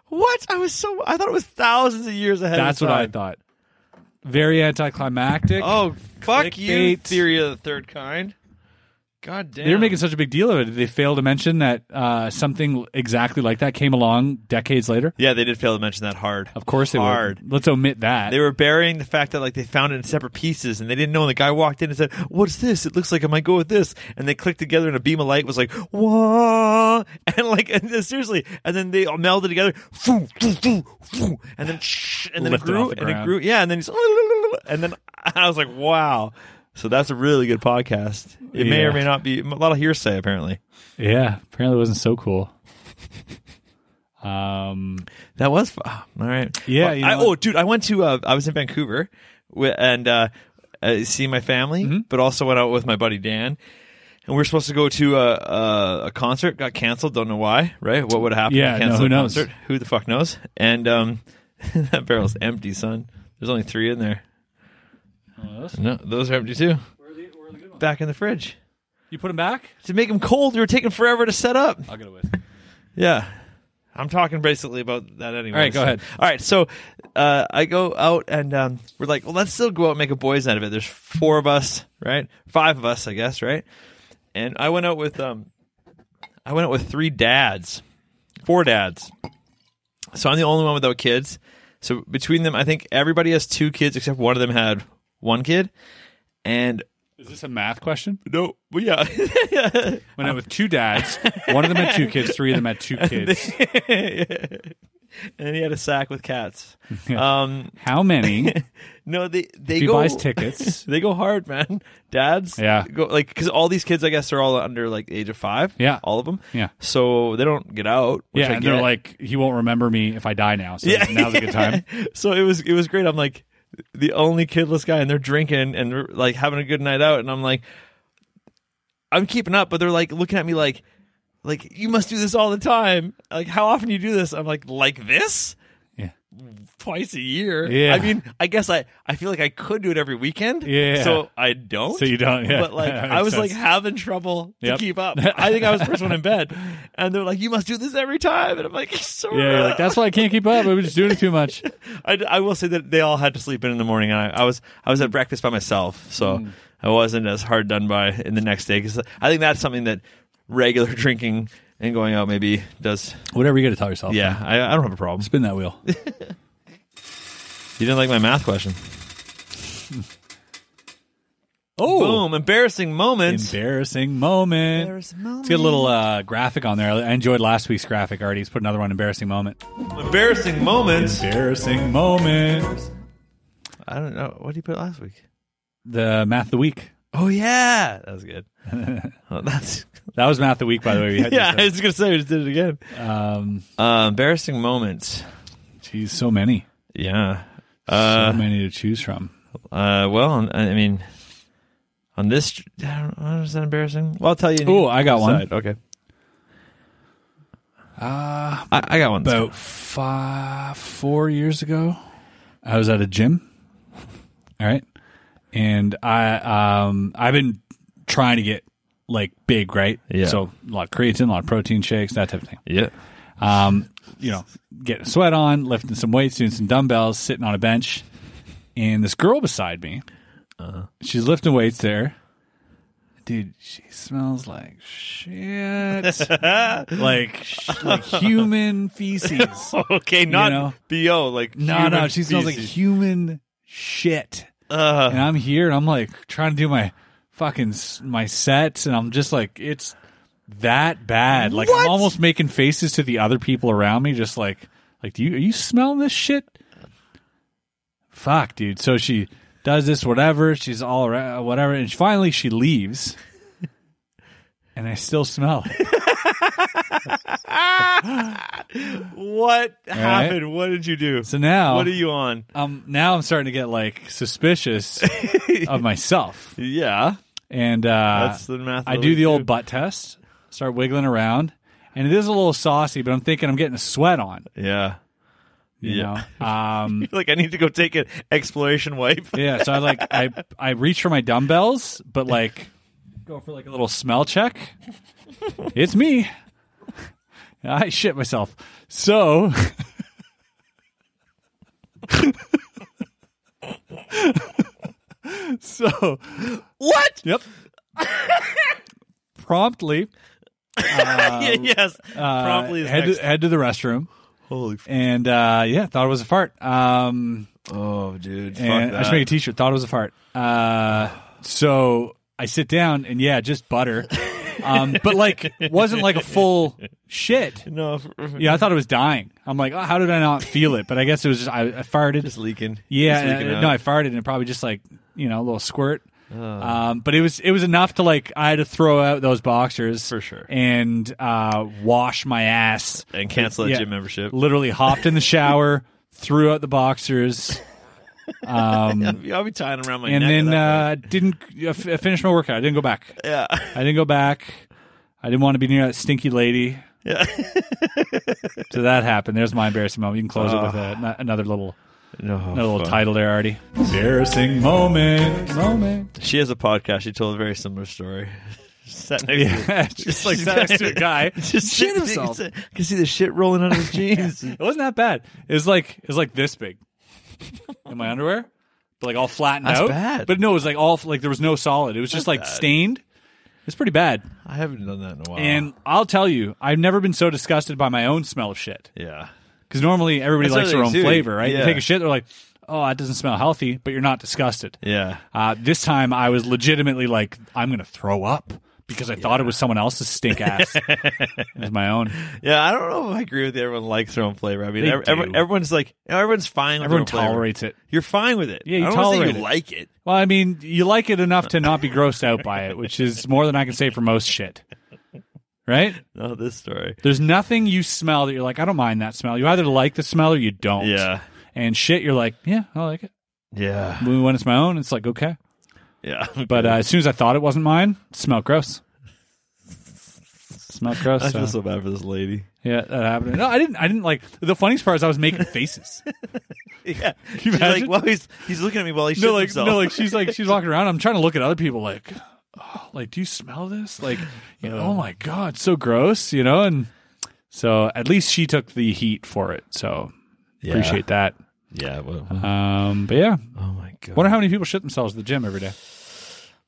what? I was so, I thought it was thousands of years ahead
that's
of
what I
time.
thought. Very anticlimactic.
Oh, fuck you,
Clickbait.
theory of the third kind. God damn.
They were making such a big deal of it. Did they fail to mention that uh, something exactly like that came along decades later?
Yeah, they did fail to mention that hard.
Of course they
hard.
would. Let's omit that.
They were burying the fact that like they found it in separate pieces, and they didn't know. And the guy walked in and said, "What's this? It looks like I might go with this." And they clicked together, and a beam of light was like, "Whoa!" And like, and then, seriously, and then they all melded together, foo, foo, foo, foo, and then shh, and then it
Lifted
grew,
off the
and it
ground.
grew, yeah, and then he's, and then I was like, "Wow!" So that's a really good podcast. It may or
Yeah.
may not be a lot of hearsay, apparently.
Yeah, apparently it wasn't so cool. Um,
That was fu- ah, all right.
Yeah,
Well,
you
I,
know-
oh, dude, I went to. Uh, I was in Vancouver, wi- and uh, uh, see my family,
Mm-hmm.
but also went out with my buddy Dan. And we were supposed to go to a, a, a concert, got canceled. Don't know why, right? What would happen?
Yeah, no,
cancel
who
a
knows?
Concert. Who the fuck knows? And um, that barrel's empty, son. There's only three in there. No, Oh, those are empty too. Back in the fridge
you put him back?
to make them cold. They were taking forever to set up.
I'll get away.
Yeah. I'm talking basically about that anyway.
All right, go ahead.
All right, so uh, I go out and um, we're like, well, let's still go out and make a boys' night of it. There's four of us, right? Five of us, I guess, right? And I went out with um, I went out with three dads, four dads. So I'm the only one without kids. So between them, I think everybody has two kids except one of them had one kid. And
Is this a math question?
no, well, yeah,
When I was two dads, one of them had two kids, three of them had two kids.
and he had a sack with cats. Um,
How many?
no, they they
He
go
buys tickets.
they go hard, man. Dads,
Yeah.
go like because all these kids, I guess, are all under like the age of five.
Yeah.
all of them.
Yeah.
so they don't get out. Which
yeah,
I
and they're
get.
like, he won't remember me if I die now. So
Yeah.
now's a good time.
so it was it was great. I'm like the only kidless guy, and they're drinking and they're like having a good night out, and I'm like, I'm keeping up, but they're like looking at me like, like you must do this all the time. Like how often do you do this? I'm like, like this.
Yeah.
twice a year.
Yeah.
I mean, I guess I, I feel like I could do it every weekend.
Yeah.
So I don't.
So you don't, yeah.
But like
That
I
makes
was like
sense.
having trouble to
Yep.
keep up. I think I was the first one in bed. And they're like, You must do this every time. And I'm like, so
Yeah, you're like that's why I can't keep up. I was just doing it too much.
I, I will say that they all had to sleep in in the morning, and I, I was I was at breakfast by myself, so I wasn't as hard done by in the next day. Because I think that's something that regular drinking and going out maybe does.
Whatever you got to tell yourself.
Yeah, I, I don't have a problem.
spin that wheel.
You didn't like my math question.
Oh,
Boom! Embarrassing moments.
embarrassing moment.
Embarrassing moment.
Let's get a little uh, graphic on there. I enjoyed last week's graphic already. Let's put another one. Embarrassing moment.
embarrassing moments.
Embarrassing moment.
I don't know what did you put last week.
The math of the week.
Oh yeah, that was good. oh, that's
That was math of the week, by the way. We had
yeah. I
this,
was gonna say we just did it again.
um,
Uh, embarrassing moments.
geez, so many,
Yeah.
so
Uh,
many to choose from.
Uh, well, on- I mean, on this, I don't know, is that embarrassing? Well, I'll tell you.
Oh, I got one.
Side. Okay. Uh, I, I got one. that's
About five, four years ago, I was at a gym. All right, and I um I've been trying to get like big, right?
Yeah.
So a lot of creatine, a lot of protein shakes, that type of thing.
good. Yeah.
um, you know, getting a sweat on, lifting some weights, doing some dumbbells, sitting on a bench. And this girl beside me, she's lifting weights there. Uh-huh. Dude, she smells like shit. like, sh- like human feces.
Okay,
not know?
bo like
No, no, she smells like human shit.
Uh,
And I'm here and I'm like trying to do my fucking s- my sets and I'm just like it's that bad. Like
What?
I'm almost making faces to the other people around me just like like do you are you smelling this shit? Fuck, dude. So she does this whatever, she's all around, uh, whatever and finally she leaves. And I still smell it.
what happened? What did you do?
So now
what are you on?
um now I'm starting to get like suspicious of myself.
Yeah,
And uh
that's the math.
I
of
do
week,
the old
too.
butt test, start wiggling around, and it is a little saucy, but I'm thinking I'm getting a sweat on.
Yeah,
You
Yeah.
know? Um,
like I need to go take an exploration wipe.
yeah. So I like I I reach for my dumbbells, but like go for like a little smell check. It's me. I shit myself. So So
What?
Yep. Promptly
yes.
Um, uh,
Promptly is
head
next.
to, head to the restroom.
Holy. F-
and uh, yeah, thought it was a fart. Um,
oh, dude. Fuck
and I
that.
should make a T-shirt. Thought it was a fart. Uh, so I sit down, and yeah, just butter. Um, but like, wasn't like a full shit.
no.
Yeah, I thought it was dying. I'm like, oh, how did I not feel it? But I guess it was just I, I farted.
Just leaking.
yeah,
Just leaking
and I-
out.
no, I farted, and it probably just like you know a little squirt. Um, but it was it was enough to like I had to throw out those boxers
For sure.
and uh, wash my ass
and cancel that
Yeah.
gym membership.
literally hopped in the shower, threw out the boxers,
I'll be tying around my
and
neck. at
then
that
uh, didn't uh, f- finish my workout. I didn't go back.
point. yeah,
I didn't go back. I didn't want to be near that stinky lady.
Yeah.
so that happened. There's my embarrassing moment. You can close it with a,
Ah.
no- another little
no,
another little title there, already. Embarrassing moment. Moment.
She has a podcast. She told a very similar story. Sat next to
Yeah, just like sat next to a guy.
just
shit
sitting-
himself.
I can see the shit rolling out of his jeans.
It wasn't that bad. It was like it was like this big in my underwear, but like all flattened
That's
out.
bad.
But no, it was like all like there was no solid. It was just like stained. It's pretty bad.
I haven't done that in a while.
And I'll tell you, I've never been so disgusted by my own smell of shit.
yeah,
Because normally everybody
That's
likes their
what
own
they do.
flavor, right?
Yeah.
You take a shit, they're like, "Oh, that doesn't smell healthy," but you're not disgusted.
yeah,
Uh, this time, I was legitimately like, "I'm gonna throw up." Because I thought it was someone else's stink ass. it was my own.
yeah. I don't know if I agree with everyone likes their own flavor. I mean,
They
ev- ev-
do.
everyone's like everyone's fine. With
Everyone
their own flavor.
tolerates it.
You're fine with it.
Yeah, you
I don't wanna say
tolerate
you
it.
like it.
Well, I mean, you like it enough to not be grossed out by it, which is more than I can say for most shit. Right?
No, this story.
There's nothing you smell that you're like, I don't mind that smell. You either like the smell or you don't.
Yeah,
And shit, you're like, yeah, I like it.
yeah,
But When it's my own, it's like, okay.
yeah.
But uh, as soon as I thought it wasn't mine, it smelled gross. It's not gross.
I
so-
feel so bad for this lady.
Yeah, that happened. No, I didn't. I didn't like. The funniest part is I was making faces.
Yeah,
you
She's like,
imagine?
well, he's he's looking at me while he shits
no, like
himself.
no, like she's like she's walking around. I'm trying to look at other people like, oh, like do you smell this? Like, you know,
Uh.
oh my god, so gross, you know. And so at least she took the heat for it. So
yeah.
appreciate that.
Yeah, well,
Um, but yeah,
oh my god,
wonder how many people shit themselves at the gym every day.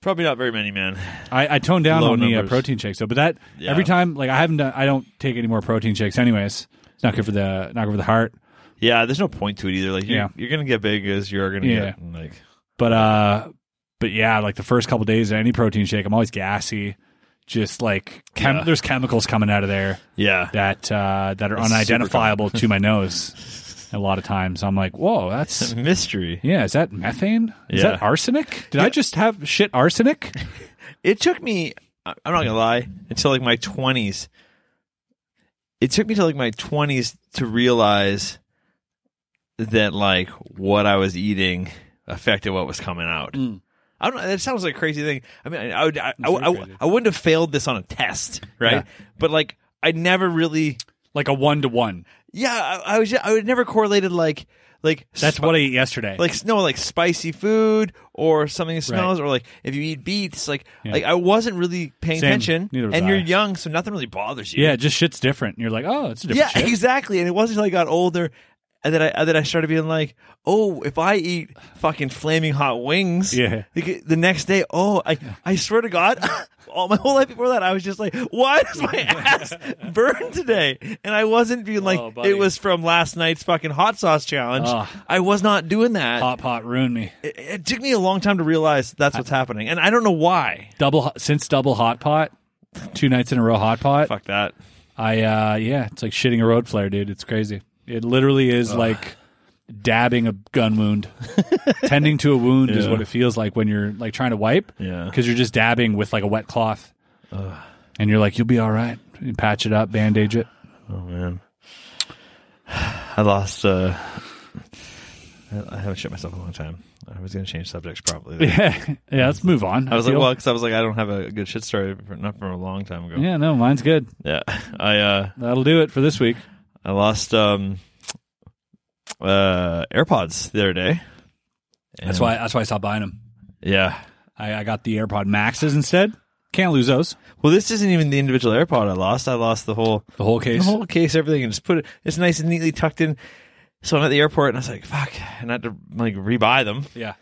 probably not very many, man.
I, I toned down
Low
on the uh,
numbers.
protein shakes though, but that
Yeah.
every time like I haven't done, I don't take any more protein shakes anyways. It's not good for the not good for the heart.
Yeah, there's no point to it either. Like, you're,
Yeah.
you're gonna get big as you're gonna
Yeah.
get like.
But uh but yeah, like the first couple days of any protein shake, I'm always gassy. Just like chem-
Yeah.
there's chemicals coming out of there
Yeah,
that uh, that are
It's super
unidentifiable to my nose. A lot of times, I'm like, "Whoa, that's
mystery.
yeah, is that methane? Is
Yeah.
that arsenic? Did I just have shit arsenic?"
It took me. I- I'm not gonna lie. Until like my 20s, it took me to like my 20s to realize that like what I was eating affected what was coming out.
Mm.
I don't know. That sounds like a crazy thing. I mean, I, I would, I, I,
very
I-
crazy.
I wouldn't have failed this on a test, right?
Yeah.
But like, I never really.
Like a one to one.
Yeah, I, I was. I would never correlated like like
That's what I ate yesterday.
like no like spicy food or something that smells or like if you eat beets like
Yeah.
like I wasn't really paying
Same.
attention
Neither was
and you're
I.
young so nothing really bothers you
yeah, just shit's different. And you're like, "Oh, it's a
yeah
different shit."
exactly and it wasn't until I got older and then I and then I started being like oh if I eat fucking flaming hot wings
Yeah.
like, the next day oh I I swear to God all my whole life before that I was just like why does my ass burn today and I wasn't being like
Oh, buddy.
it was from last night's fucking hot sauce challenge
Ah.
I was not doing that
Hot pot ruined me.
it, it took me a long time to realize that's what's happening, and I don't know why.
Double ho- since double hot pot, two nights in a row hot pot.
Fuck that.
I uh yeah, it's like shitting a road flare, dude. It's crazy. It literally is like dabbing a gun wound. Tending to a wound is
Yeah.
what it feels like when you're like trying to wipe.
Yeah.
Because you're just dabbing with like a wet cloth. And you're like, you'll be all right. You patch it up, bandage it.
Oh man, I lost. uh I I haven't shit myself in a long time. I was going to change subjects probably. there.
yeah, let's move on.
I was like,
feel.
well, because I was like, I don't have a good shit story, for, not from a long time ago.
yeah, no, mine's good.
Yeah. I uh,
That'll do it for this week.
I lost um uh AirPods the other day.
That's why that's why I stopped buying them.
Yeah.
I, I got the AirPod Maxes instead. Can't lose those.
Well, this isn't even the individual AirPod I lost. I lost the whole
The whole
the
case.
whole case, everything, and just put it. It's nice and neatly tucked in. So I'm at the airport, and I was like, "Fuck!" And I had to like rebuy them.
yeah.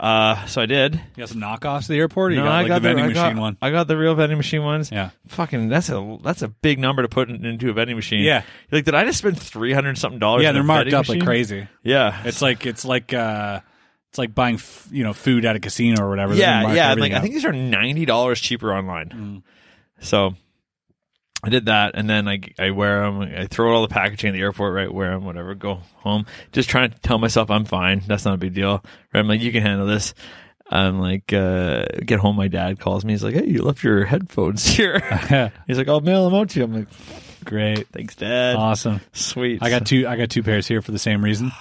Uh, so I did.
You got some knockoffs at the airport or you
No,
got
I
like the vending
I
machine
got-
one?
I got the real vending machine ones.
Yeah.
Fucking, that's a that's a big number to put in, into a vending machine.
Yeah.
You're like, did I just spend three hundred something dollars?
Yeah,
on a
they're marked
vending
up like
machine?
crazy.
Yeah.
It's like it's like uh it's like buying f- you know food at a casino or whatever. They
yeah,
mark
yeah. and,
everything Mm.
Like I
up.
think these are ninety dollars cheaper online. So I did that, and then I I wear them. I throw out all the packaging at the airport, right? Wear them, whatever. Go home, just trying to tell myself I'm fine. That's not a big deal. Right? I'm like, you can handle this. I'm like, uh, get home. My dad calls me. He's like, hey, you left your headphones here. He's like, I'll mail them out to you. I'm like,
great,
thanks, Dad.
awesome.
Sweet.
I got two. I got two pairs here for the same reason.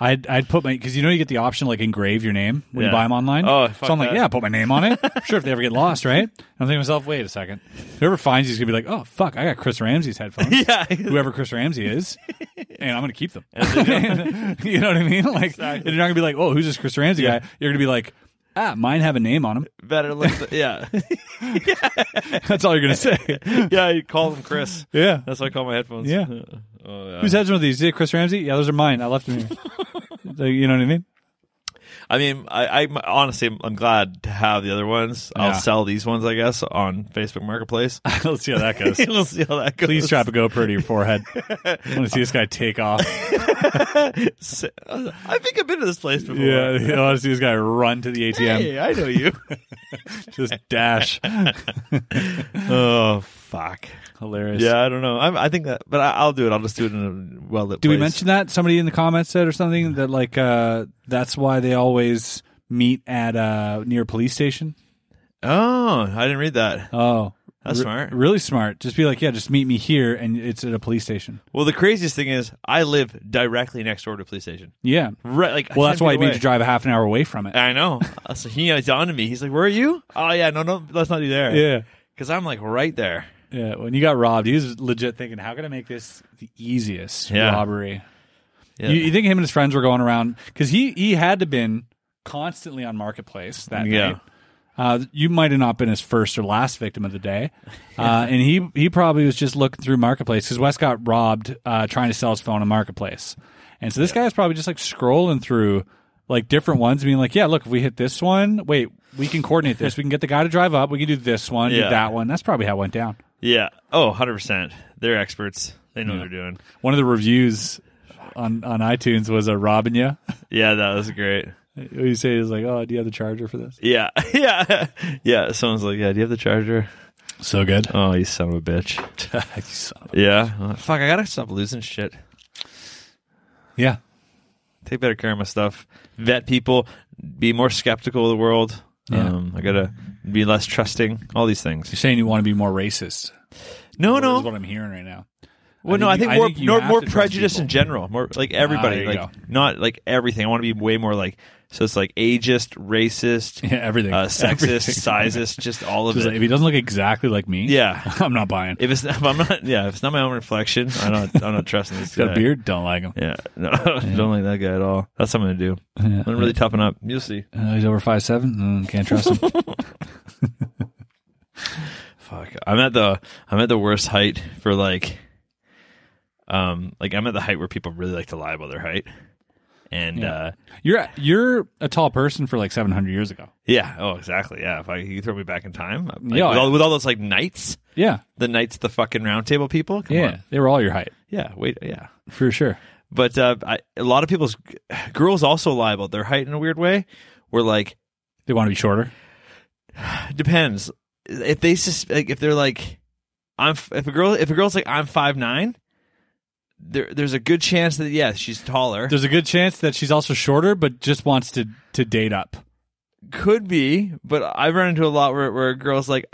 I'd I'd put my because you know you get the option to, like engrave your name when
Yeah.
you buy them online.
Oh, fuck
so I'm like,
that.
yeah, put my name on it. sure, if they ever get lost, right? And I'm thinking to myself, wait a second. Whoever finds you's gonna be like, oh fuck, I got Chris Ramsey's headphones.
Yeah.
whoever Chris Ramsey is, and I'm gonna keep them. you know what I mean? Like,
Exactly.
you're not gonna be like, oh, who's this Chris Ramsey guy? You're gonna be like, ah, mine have a name on them.
better look. yeah.
That's all you're gonna say.
yeah. You call them Chris.
Yeah.
That's what I call my headphones.
Yeah.
Oh, yeah.
Who's had some of these? Is it Chris Ramsey? Yeah, those are mine. I left them here. So, you know what I mean?
I mean, I, I honestly, I'm glad to have the other ones. I'll
Yeah.
sell these ones, I guess, on Facebook Marketplace.
Let's see how that goes.
we'll see how that goes.
Please strap a GoPro to your forehead. I want to see this guy take off.
I think I've been to this place before.
Yeah, I want to see this guy run to the ATM.
Hey, I know you.
Just dash.
oh fuck.
Hilarious.
Yeah, I don't know. I'm, I think that, but I, I'll do it. I'll just do it in a well lit.
Do we mention that somebody in the comments said or something that like uh that's why they always meet at uh near a police station?
Oh, I didn't read that.
Oh,
That's smart.
Really smart. Just be like, yeah, just meet me here, and it's at a police station.
Well, the craziest thing is, I live directly next door to a police station.
Yeah.
Right, like
Well, that's
10
why
feet
it means
away.
you drive a half an hour away from it.
I know. so he was on to me. He's like, "Where are you?" Oh yeah, no, no, let's not do there.
Yeah.
because I'm like right there.
Yeah, when you got robbed, he was legit thinking, "How can I make this the easiest
Yeah.
robbery?"
Yeah.
You, you think him and his friends were going around because he he had to been constantly on marketplace that
Yeah.
night. Uh, you might have not been his first or last victim of the day, uh, and he he probably was just looking through marketplace because West got robbed uh, trying to sell his phone on marketplace, and so this guy was probably just like scrolling through like different ones, being like, "Yeah, look, if we hit this one, wait, we can coordinate this. We can get the guy to drive up. We can do this one, do
Yeah.
that one." That's probably how it went down.
yeah. Oh, 100%. They're experts. They know what they're doing.
One of the reviews on on iTunes was a robbing you.
Yeah, that was great.
You say is like, "Oh, do you have the charger for this?"
Yeah. yeah. Yeah. Someone's like, yeah, do you have the charger?
So good.
Oh, you son of a bitch. Yeah. Uh, Fuck, I gotta stop losing shit.
yeah.
Take better care of my stuff. Vet people. Be more skeptical of the world.
Yeah.
Um, I gotta be less trusting. All these
You're
things.
saying you want to be more racist.
No,
That's
no.
what I'm hearing right now.
Well, no, I think
you-
more
you
more,
have
more
to trust
prejudice
people. Ah,
in general. More like everybody,
there you
like
go.
not like everything. I want to be way more like so. It's like ageist, racist,
Yeah, everything.
uh, sexist,
Everything.
sizist, just all of
Just
it.
like, if he doesn't look exactly like me,
Yeah.
I'm not buying.
if it's if I'm not, yeah, if it's not my own reflection, I'm not. I'm not trusting this
He's got
guy.
a beard, don't like him.
Yeah, no, don't like that guy at all. That's what I'm gonna do. I'm gonna really toughen up. You'll see.
Uh, he's over five seven. Mm, can't trust him.
Fuck, I'm at the I'm at the worst height for like, um, like I'm at the height where people really like to lie about their height, and uh,
you're you're a tall person for like 700 years ago.
yeah, oh, exactly, yeah. If I you throw me back in time, like,
Yeah.
with, all, with all those like knights,
Yeah,
the knights, the fucking round table people, come
yeah.
on.
They were all your height
yeah, wait, yeah.
for sure.
But uh, I, a lot of people's girls also lie about their height in a weird way. Where like
They want to be shorter.
depends if they sus- like if they're like I'm f- if a girl if a girl's like I'm five nine, there there's a good chance that yes she's taller.
There's a good chance that she's also shorter, but just wants to to date up.
Could be, but I've run into a lot where where a girls like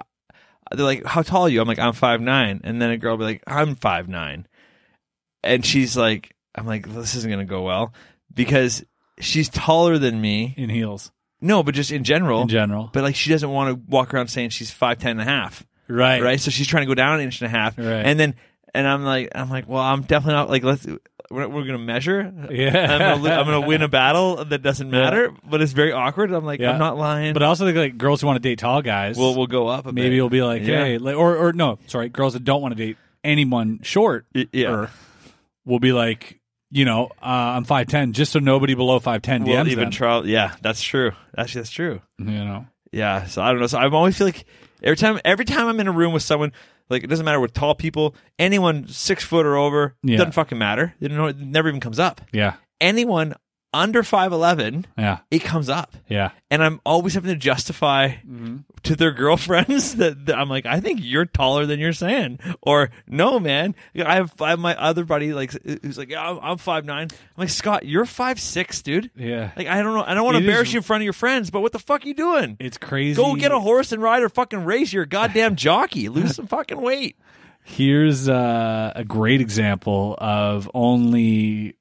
they're like how tall are you? I'm like I'm five nine, and then a girl will be like I'm five nine, and she's like I'm like this isn't gonna go well because she's taller than me.
in heels
No, but just in general.
in general.
but like she doesn't want to walk around saying she's five ten and a half.
right.
right? So she's trying to go down an inch and a half,
Right.
and then and I'm like, I'm like, well, I'm definitely not like let's we're, we're gonna measure.
Yeah.
I'm gonna, lo- I'm gonna win a battle that doesn't matter, but it's very awkward. I'm like,
Yeah.
I'm not lying,
But I also think like girls who want to date tall guys
we'll we'll go up. A
maybe
bit.
will be like,
Yeah.
hey, like, or or no, sorry, girls that don't want to date anyone short
Y- yeah.
will be like, you know, uh, I'm five ten, just so nobody below five ten
we'll
DMs
even
them.
try. Yeah, that's true. Actually, that's true.
you know,
Yeah. So I don't know. So I always feel like every time every time I'm in a room with someone. Like it doesn't matter with tall people, anyone six foot or over
Yeah.
doesn't fucking matter. They don't know, it never even comes up.
yeah,
Anyone under five eleven,
yeah,
it comes up.
yeah.
and I'm always having to justify
Mm-hmm.
to their girlfriends that, that I'm like, I think you're taller than you're saying, or no, man, I have, I have my other buddy like who's like, "Yeah, I'm, I'm five nine. I'm like, Scott, you're five six, dude.
Yeah.
like I don't know, I don't want
It
to
is-
embarrass you in front of your friends, but what the fuck you doing?
It's crazy.
Go get a horse and ride or fucking race. You're a goddamn jockey. Lose some fucking weight.
Here's uh, a great example of only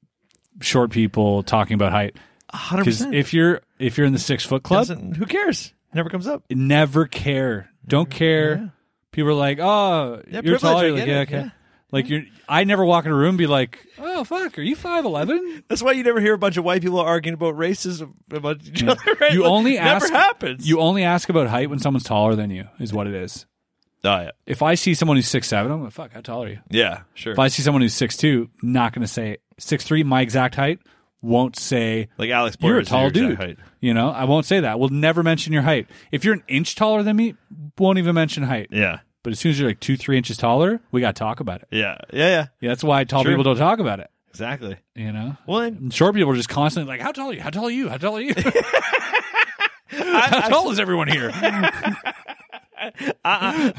short people talking about height.
Hundred
Because
percent.
if you're if you're in the six foot club,
Who cares? Never comes up.
never care. Don't care. People are like, oh, you're
Mm, privilege, I
taller. Like,
get
yeah,
it,
okay.
yeah.
Like you're, I never walk in a room and be like, oh fuck, are you five eleven?
That's why you never hear a bunch of white people arguing about racism about each other. Right?
Mm. You
Like,
only
never
ask.
happens.
You only ask about height when someone's taller than you. Is what it is.
oh yeah,
If I see someone who's six seven, I'm like, fuck, how tall are you?
yeah, sure.
If I see someone who's six two, not going to say six three, my exact height. Won't say "Oh,
Like Alex
you're
Porter
a tall dude. You know, I won't say that. We'll never mention your height. If you're an inch taller than me, won't even mention height.
Yeah.
But as soon as you're like two, three inches taller, we got to talk about it.
Yeah. Yeah. Yeah.
Yeah, that's why tall
Sure.
people don't talk about it.
Exactly.
You know,
Well, and
And short people are just constantly like, "How tall are you? How tall are you? How tall are you? How
I,
tall is everyone here?"
I, I, I,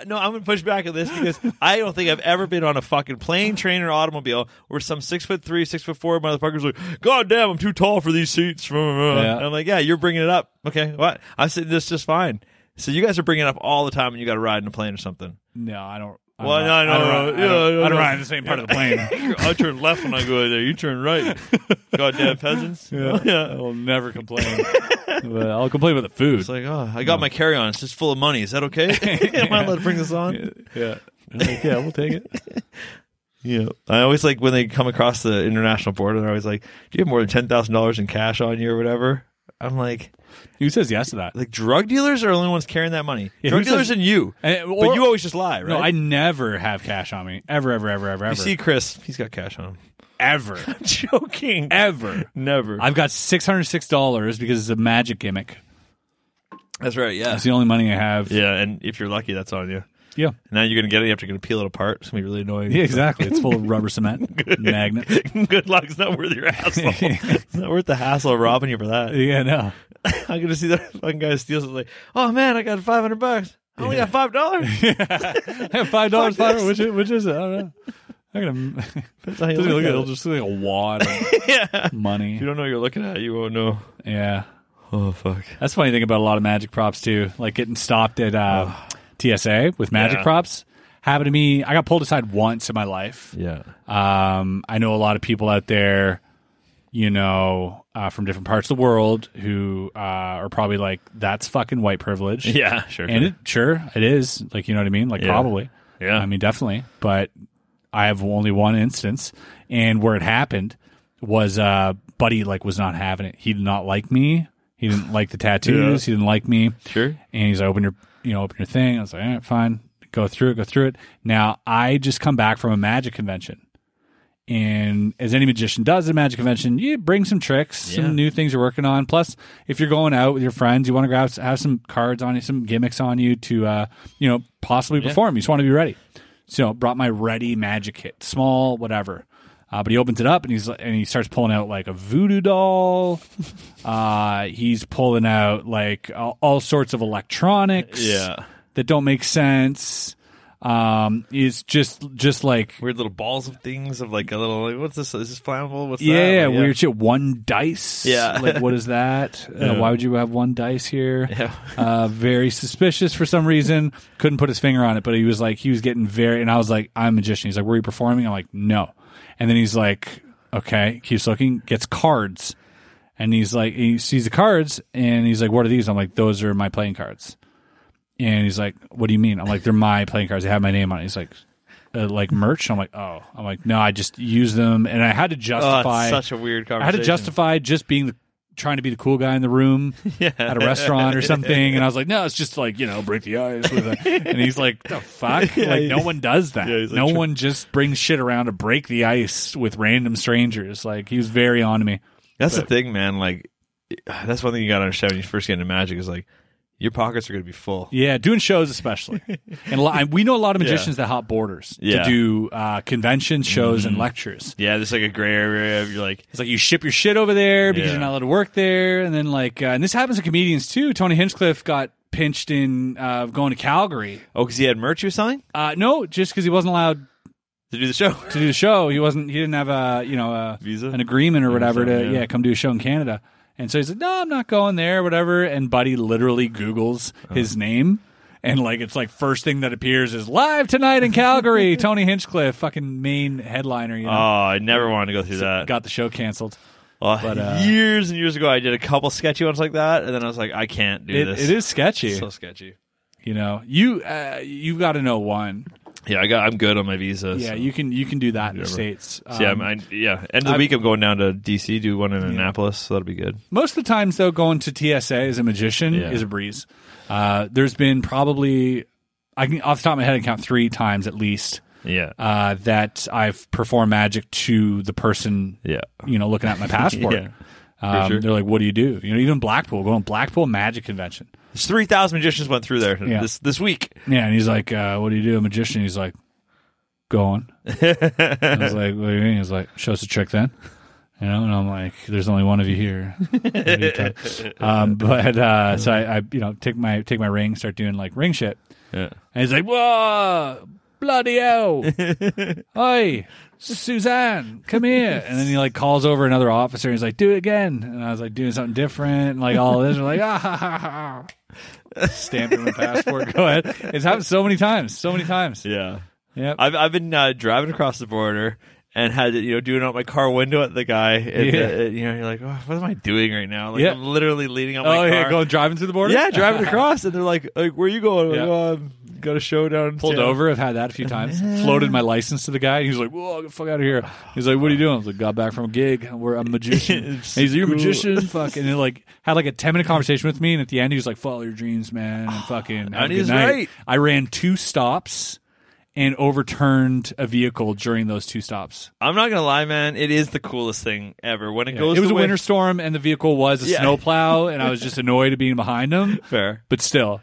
I, no, I'm gonna push back on this because I don't think I've ever been on a fucking plane, train, or automobile where some six foot three, six foot four motherfuckers like, "God damn, I'm too tall for these seats." And I'm like, "Yeah, you're bringing it up." Okay, what? I said this just fine. So you guys are bringing it up all the time when you got to ride in a plane or something.
no, I don't. I'm
Well,
not-
no, no,
I don't,
no,
I don't-
yeah, no,
I don't
no.
ride in the same part of the plane.
I turn left when I go there. You turn right. Goddamn peasants.
I will never complain. but I'll complain about the food.
It's like, oh, I got my carry on. It's just full of money. Is that okay? Am I allowed to bring this on? Yeah.
yeah. I'm like, yeah, we'll take it.
I always like when they come across the international border, they're always like, Do you have more than $10,000 in cash on you or whatever? I'm like,
Who says yes to that?
like drug dealers are the only ones carrying that money.
Yeah,
drug
who
dealers
says-
and you.
And-
but
Eh, or-
you always just lie, right?
No, I never have cash on me. Ever, ever, ever, ever, ever.
you see Chris, he's got cash on him.
ever,
Joking.
ever.
Never.
I've got six hundred six dollars because it's a magic gimmick.
that's right, yeah.
That's the only money I have.
Yeah, and if you're lucky, that's on you.
yeah,
Now you're gonna get it. You have to gonna peel it apart. It's gonna be really annoying.
Yeah, exactly. It's full of rubber cement magnets.
Good luck. It's not worth your hassle. it's not worth the hassle of robbing you for that.
Yeah, no.
I'm gonna see that fucking guy steals it. Like, oh man, I got 500 bucks. I only got five dollars.
I have five dollars.
Fuck
Which is, which is it? I don't know. I'm gonna
Doesn't
doesn't look at it. It'll just look like a wad of
yeah. If you
money.
don't know what you're looking at, you won't know.
Yeah,
Oh fuck.
that's the funny thing about a lot of magic props too. Like getting stopped at uh, TSA with magic
Yeah.
props happened to me. I got pulled aside once in my life.
Yeah.
Um, I know a lot of people out there, you know, uh, from different parts of the world who uh, are probably like, "That's fucking white privilege."
Yeah. Sure.
and it sure it is like you know what I mean, like probably,
Yeah.
I mean definitely. But I have only one instance, and where it happened was uh, Buddy like was not having it. He did not like me. He didn't like the tattoos. He didn't like me.
Sure.
And he's like, open your, you know, open your thing. I was like, all right, fine, go through it, go through it. Now I just come back from a magic convention, and as any magician does at a magic convention, you bring some tricks,
Yeah.
some new things you're working on. Plus, if you're going out with your friends, you want to grab have some cards on you, some gimmicks on you to, uh, you know, possibly perform. You just want to be ready. So brought my ready magic kit, small, whatever. Uh, but he opens it up and he's and he starts pulling out like a voodoo doll. Uh, he's pulling out like all, all sorts of electronics
Yeah.
that don't make sense. Um, it's just just like
Weird little balls of things of like a little like what's this? Is this flammable? What's
yeah,
that?
yeah,
Like,
weird shit. One dice.
Yeah.
like what is that? Uh, why would you have one dice here?
Yeah.
uh, very suspicious for some reason. Couldn't put his finger on it, but he was like, he was getting very, and I was like, I'm a magician. He's like, were you performing? I'm like, no. And then he's like, okay, keeps looking, gets cards. And he's like, he sees the cards and he's like, what are these? I'm like, those are my playing cards. And he's like, what do you mean? I'm like, they're my playing cards. They have my name on it. He's like, uh, like merch? I'm like, oh. I'm like, no, I just use them. And I had to
Oh,
justify.
it's such a weird
I
conversation.
had to justify just being the trying to be the cool guy in the room at a restaurant or something and i was like no it's just like you know break the ice with a and he's like the fuck like no one does that
Yeah, he's like,
no
"Sure."
one just brings shit around to break the ice with random strangers like he was very on to me
That's the thing, man. Like, that's one thing you gotta understand when you first get into magic is like, your pockets are gonna be full.
yeah doing shows especially and a lot, we know a lot of magicians that hop borders
Yeah. Mm-hmm.
to do uh, convention shows and lectures
Yeah, there's like a gray area. Of, you're like,
It's like you ship your shit over there because
Yeah.
you're not allowed to work there, and then like, uh, and this happens to comedians too. Tony Hinchcliffe got pinched in uh, going to Calgary.
oh, because he had merch he was selling
Uh, no, just because he wasn't allowed
to do the show.
to do the show, he wasn't. He didn't have a you know a
Visa?
an agreement or whatever to
something, yeah.
yeah. come do a show in Canada. And so he said, "No, I'm not going there, whatever." And Buddy literally Google's
Uh-huh.
his name, and like it's like first thing that appears is live tonight in Calgary. Tony Hinchcliffe, fucking main headliner, you
Oh,
know,
I never wanted to go through that.
got the show canceled.
Oh,
but, uh,
years and years ago, I did a couple sketchy ones like that, and then I was like, I can't do
It,
this.
it is sketchy.
It's so sketchy.
You know, you uh, you got to know one.
Yeah, I got. I'm good on my visa.
Yeah,
so.
you can you can do that in the
Whatever.
states.
So, yeah,
Um,
I'm, I, yeah. End of the week, I'm going down to DC, do one in Annapolis, so that'll be good.
most of the times though, going to TSA as a magician
Yeah.
is a breeze. Uh, there's been probably I can off the top of my head I can count three times at least
Yeah,
uh, that I've performed magic to the person.
yeah,
You know, looking at my passport.
yeah.
Um,
sure.
They're like, "What do you do?" You know, even Blackpool, going Blackpool Magic Convention.
There's three thousand magicians went through there
Yeah.
this this week.
Yeah, and he's like, uh, "What do you do, a magician?" He's like, "Going." I was like, "What do you mean?" He's like, "Show us a trick, then." You know, and I'm like, "There's only one of you here." What are you talking- um, but uh, so I, I, you know, take my take my ring, start doing like ring shit,
Yeah.
and he's like, "Whoa, bloody hell, oi, Suzanne, come here!" And then he like calls over another officer, and he's like, "Do it again," and I was like, "Doing something different," and like all this, and like, ah, ha, ha, ha. stamping my passport. Go ahead. It's happened so many times, so many times.
Yeah.
Yep.
I've I've been uh, driving across the border and had you know doing out my car window at the guy. And,
Yeah.
uh, you know, you're like, "Oh, what am I doing right now? Like
Yeah.
I'm literally leaning on my
Oh
car.
yeah, going driving through the border.
Yeah, driving across, and they're like, like "Where you going?" I'm
Yeah.
Like, oh, I've got a show down.
Pulled
town."
over. I've had that a few times. Floated my license to the guy. And he was like, "Whoa, get the fuck out of here!" He's like, "What are you doing?" I was like, "Got back from a gig. We're I'm a magician." And
It's
he's like, "You're a
cool.
magician." Fuck. And he like had like a ten minute conversation with me. And at the end, he was like, "Follow your dreams, man." And fucking. Have
And
a good
he's
night.
right.
I ran two stops and overturned a vehicle during those two stops.
I'm not gonna lie, man. It is the coolest thing ever. When it
Yeah.
goes,
It was a
the way-
winter storm, and the vehicle was a
Yeah.
snowplow, and I was just annoyed at being behind him.
Fair.
But still,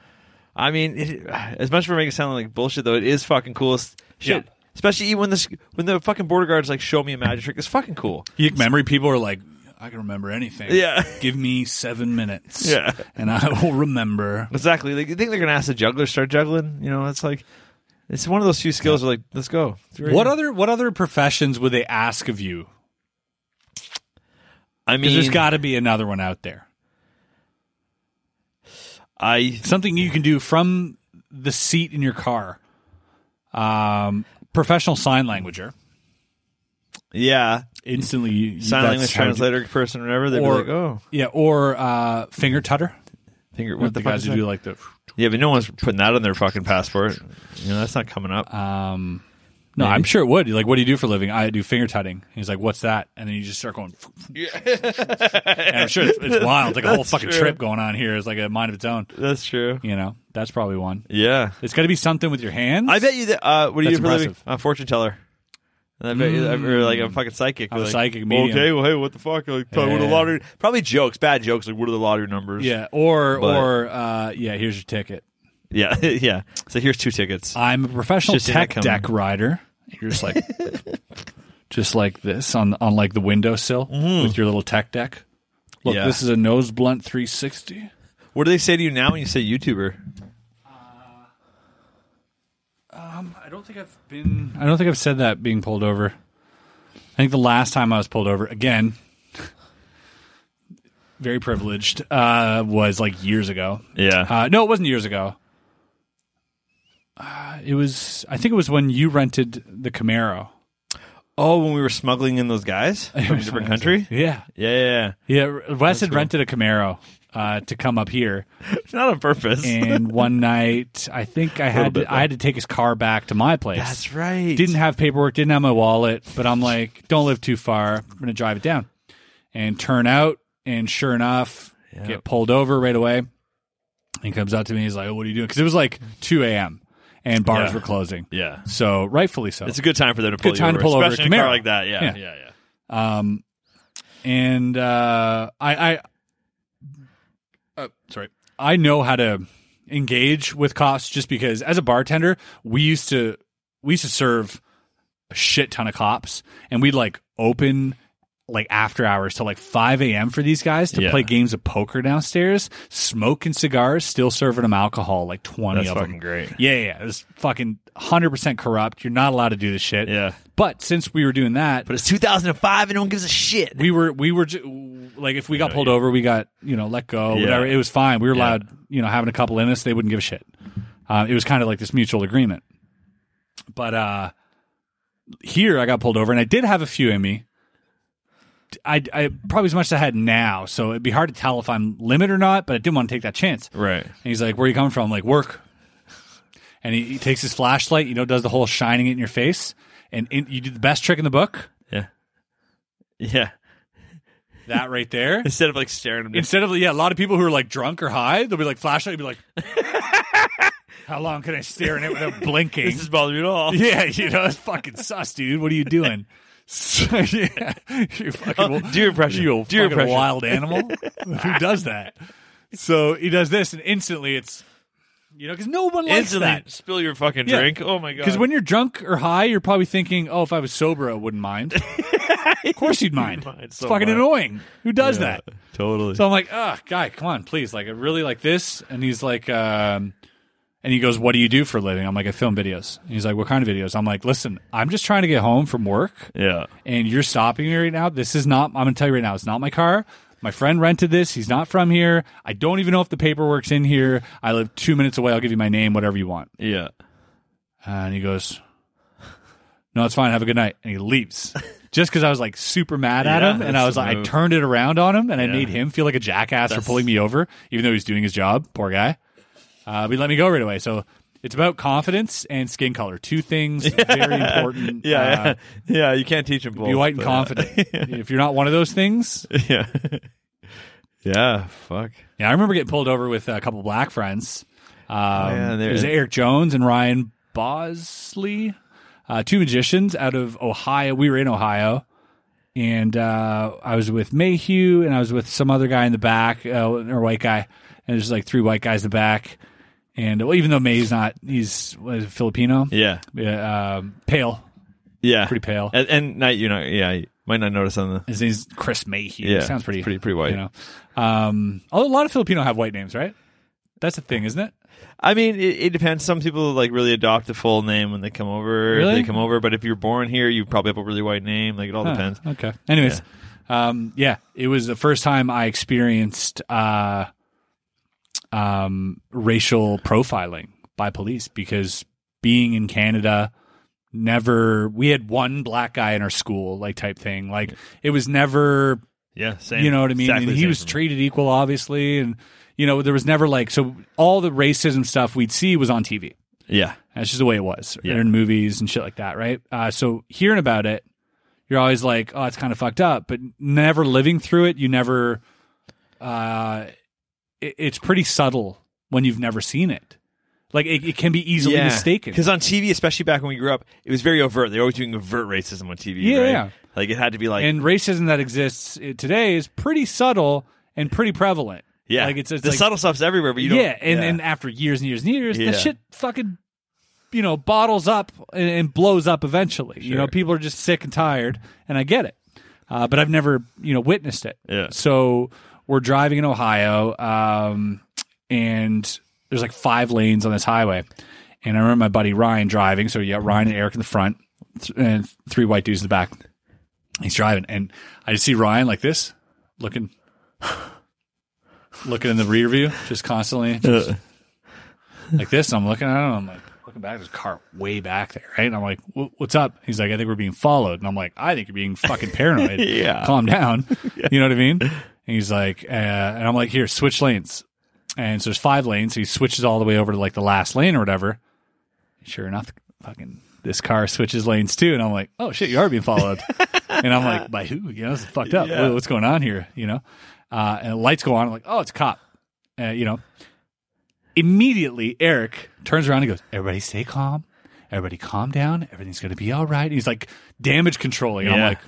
I mean, it, as much for making it sound like bullshit, though, it is fucking coolest shit.
Yeah.
Especially when this when the fucking border guards like show me a magic trick. It's fucking cool.
Geek memory people are like, I can remember anything.
Yeah.
Give me seven minutes.
Yeah.
And I will remember.
Exactly. Like you think they're gonna ask the juggler to start juggling? You know, it's like it's one of those few skills. Where like, let's go. It's right
What
here.
other what other professions would they ask of you?
I
Because
mean,
there's got to be another one out there.
I
Something you can do from the seat in your car. Um, professional sign languager.
yeah,
Instantly, you, you-
sign
that's
language
how you-
translator person, or whatever. They'd
Or
be like, oh,
yeah, or uh, finger tutter.
finger. What
What
the,
the
fuck
guys
is
who
that?
do like the
Yeah, but no one's putting that on their fucking passport. You know, that's not coming up.
um. No, I'm sure it would. Like, what do you do for a living? I do finger tutting. He's like, what's that? And then you just start going. and I'm sure it's, it's wild. It's like a whole fucking
true.
trip going on here. It's like a mind of its own.
that's true.
You know, that's probably one.
Yeah.
It's got to be something with your hands.
I bet you that. Uh, what do you
That's
do for a living?
impressive. Mm.
I'm a fortune teller. And I bet you, that, or like I'm fucking psychic.
I'm a
like,
psychic
well,
medium.
Okay, well, hey, what the fuck? Like, tell me what the
Yeah.
lottery. Probably jokes, bad jokes. Like, what are the lottery numbers?
Yeah, or
But-
or uh, yeah. Here's your ticket.
yeah, yeah. So here's two tickets.
I'm a professional
It's just
tech
income.
deck rider. You're just like, just like this on on like the windowsill with your little tech deck. Look,
Mm-hmm. Yeah.
this is a nose blunt 360.
What do they say to you now when you say YouTuber?
I don't think I've been. I don't think I've said that being pulled over. I think the last time I was pulled over again, very privileged, uh, was like years ago.
Yeah.
Uh, no, it wasn't years ago. Uh, it was. I think it was when you rented the Camaro.
oh, when we were smuggling in those guys from a different country.
Yeah,
Yeah, yeah, yeah.
yeah. Wes had rented a Camaro uh, to come up here,
It's not on purpose.
and one night I think I had
bit,
to, I had to take his car back to my place.
that's right.
didn't have paperwork, didn't have my wallet, but I'm like, don't live too far. I'm gonna drive it down and turn out, and sure enough, get pulled over right away. He comes up to me, he's like, "What are you doing?" Because it was like 2 a.m. and bars
Yeah.
were closing,
Yeah.
so rightfully so.
It's a good time for them to pull
Good
you
time to
over,
pull over a
especially in a car
Camaro.
like that. Yeah,
Yeah.
yeah, yeah. yeah.
Um, and uh, I, I, uh, sorry, I know how to engage with cops just because as a bartender, we used to we used to serve a shit ton of cops, and we'd like open like after hours till like 5 a.m for these guys to
Yeah.
play games of poker downstairs smoking cigars still serving them alcohol like 20
That's
of
fucking
them
great.
yeah, yeah, yeah. It was fucking 100% corrupt. You're not allowed to do this shit.
Yeah.
But since we were doing that,
But it's 2005 and no one gives a shit.
we were, we were, ju- like, if we got pulled over, we got, you know, let go,
Yeah.
whatever. It was fine. We were
Yeah.
allowed, you know, having a couple in us. They wouldn't give a shit. Uh, it was kind of like this mutual agreement. But uh here I got pulled over and I did have a few in me. I, I probably as much as I had now. So it'd be hard to tell if I'm limit or not, but I didn't want to take that chance.
Right.
And he's like, "Where you coming from?" I'm like, "Work." And he, he takes his flashlight, you know, does the whole shining it in your face, and in, you do the best trick in the book,
Yeah. Yeah.
that right there.
Instead of like staring at me.
Instead of yeah, a lot of people who are like drunk or high, they'll be like flashlight, you'll be like, "How long can I stare in it without blinking?"
This is bothering me at all.
yeah, you know, it's fucking sus, dude. What are you doing? So, yeah, you fucking
Oh, do your impression.
You
Do your
fucking
impression.
wild animal. Who does that? So he does this, and instantly it's you know because no one likes
Instantly
that.
spill your fucking
Yeah.
drink. Oh my god.
Because when you're drunk or high, you're probably thinking, "Oh, if I was sober, I wouldn't mind." of course, you'd mind.
mind
it's
so
fucking
much.
annoying. Who does
Yeah,
that?
Totally.
So I'm like, "Ah, guy, come on, please." Like, I really like this. And he's like, um, and he goes, "What do you do for a living?" I'm like, "I film videos." And he's like, "What kind of videos?" I'm like, "Listen, I'm just trying to get home from work,
yeah.
and you're stopping me right now. This is not. I'm gonna tell you right now, it's not my car." My friend rented this. He's not from here. I don't even know if the paperwork's in here. I live two minutes away. I'll give you my name, whatever you want.
Yeah.
Uh, and he goes, no, it's fine. Have a good night. And he leaves. Just because I was like super mad at
Yeah,
him, and
that's
I was
the
like, I
move.
turned it around on him, and I
Yeah.
made him feel like a jackass for
That's-
pulling me over, even though he was doing his job. Poor guy. Uh, but he let me go right away. So it's about confidence and skin color, two things very important.
Yeah,
uh,
yeah, yeah. You can't teach them both.
be white and
but- uh,
confident. if you're not one of those things,
yeah, yeah. Fuck.
yeah, I remember getting pulled over with a couple black friends. Um,
yeah, there
it was
it-
Eric Jones and Ryan Bosley, uh, two magicians out of Ohio. We were in Ohio, and uh, I was with Mayhew, and I was with some other guy in the back, uh, or white guy, and there's like three white guys in the back. And well, even though May's not, he's what is it, Filipino,
Yeah,
yeah, um, pale.
yeah.
Pretty pale.
And, and night, you know, yeah, you might not notice on the.
His name's Chris Mayhew.
Yeah,
sounds pretty
pretty- pretty white.
You know, um, although a lot of Filipino have white names, right? That's the thing, isn't it?
I mean, it, it depends. Some people like really adopt a full name when they come over. if
Really?
they come over, but if you're born here, you probably have a really white name. Like it all
Huh,
depends.
Okay. Anyways, um, yeah, it was the first time I experienced uh, um, racial profiling by police because being in Canada, never we had one black guy in our school, like type thing. Like it was never
Yeah, same.
You know what I mean?
Exactly
and he
same
was
for me.
treated equal, obviously, and you know there was never like so all the racism stuff we'd see was on TV.
Yeah,
That's just the way it was
Yeah.
Or in movies and shit like that, right? Uh, so hearing about it, you're always like, oh, it's kind of fucked up, but never living through it, you never. Uh, it, it's pretty subtle when you've never seen it. Like it, it can be easily mistaken.
Because on TV, especially back when we grew up, it was very overt. They were always doing overt racism on TV.
Yeah,
right?
yeah.
Like it had to be like
and racism that exists uh, today is pretty subtle and pretty prevalent.
yeah,
like it's, it's
the
like,
subtle stuff's everywhere, but you don't.
yeah, and, and after years and years and years,
Yeah.
the shit fucking you know bottles up and, and blows up eventually. You
Sure.
know, people are just sick and tired, and I get it. Uh, but I've never you know witnessed it.
Yeah.
So we're driving in Ohio, um, and there's like five lanes on this highway, and I remember my buddy Ryan driving. So yeah, Ryan and Eric in the front, th- and three white dudes in the back. He's driving, and I just see Ryan like this, looking, looking in the rear view, just constantly just like this. I'm looking at him. I'm like looking back. There's a car way back there, right? And I'm like, "Wha- "What's up?" He's like, "I think we're being followed." And I'm like, "I think you're being fucking paranoid.
Yeah.
calm down. You know what I mean?" And he's like, uh, and I'm like, "Here, switch lanes." And so there's five lanes. So he switches all the way over to like the last lane or whatever. Sure enough, fucking this car switches lanes too, and I'm like, "Oh shit, you are being followed." and I'm like, "By who? You know, this is fucked up.
Yeah.
What- What's going on here?" You know, uh, and the lights go on. I'm like, "Oh, it's a cop." Uh, you know, immediately Eric turns around and goes, "Everybody stay calm. Everybody calm down. Everything's going to be all right." And he's like damage controlling. And
Yeah.
I'm like,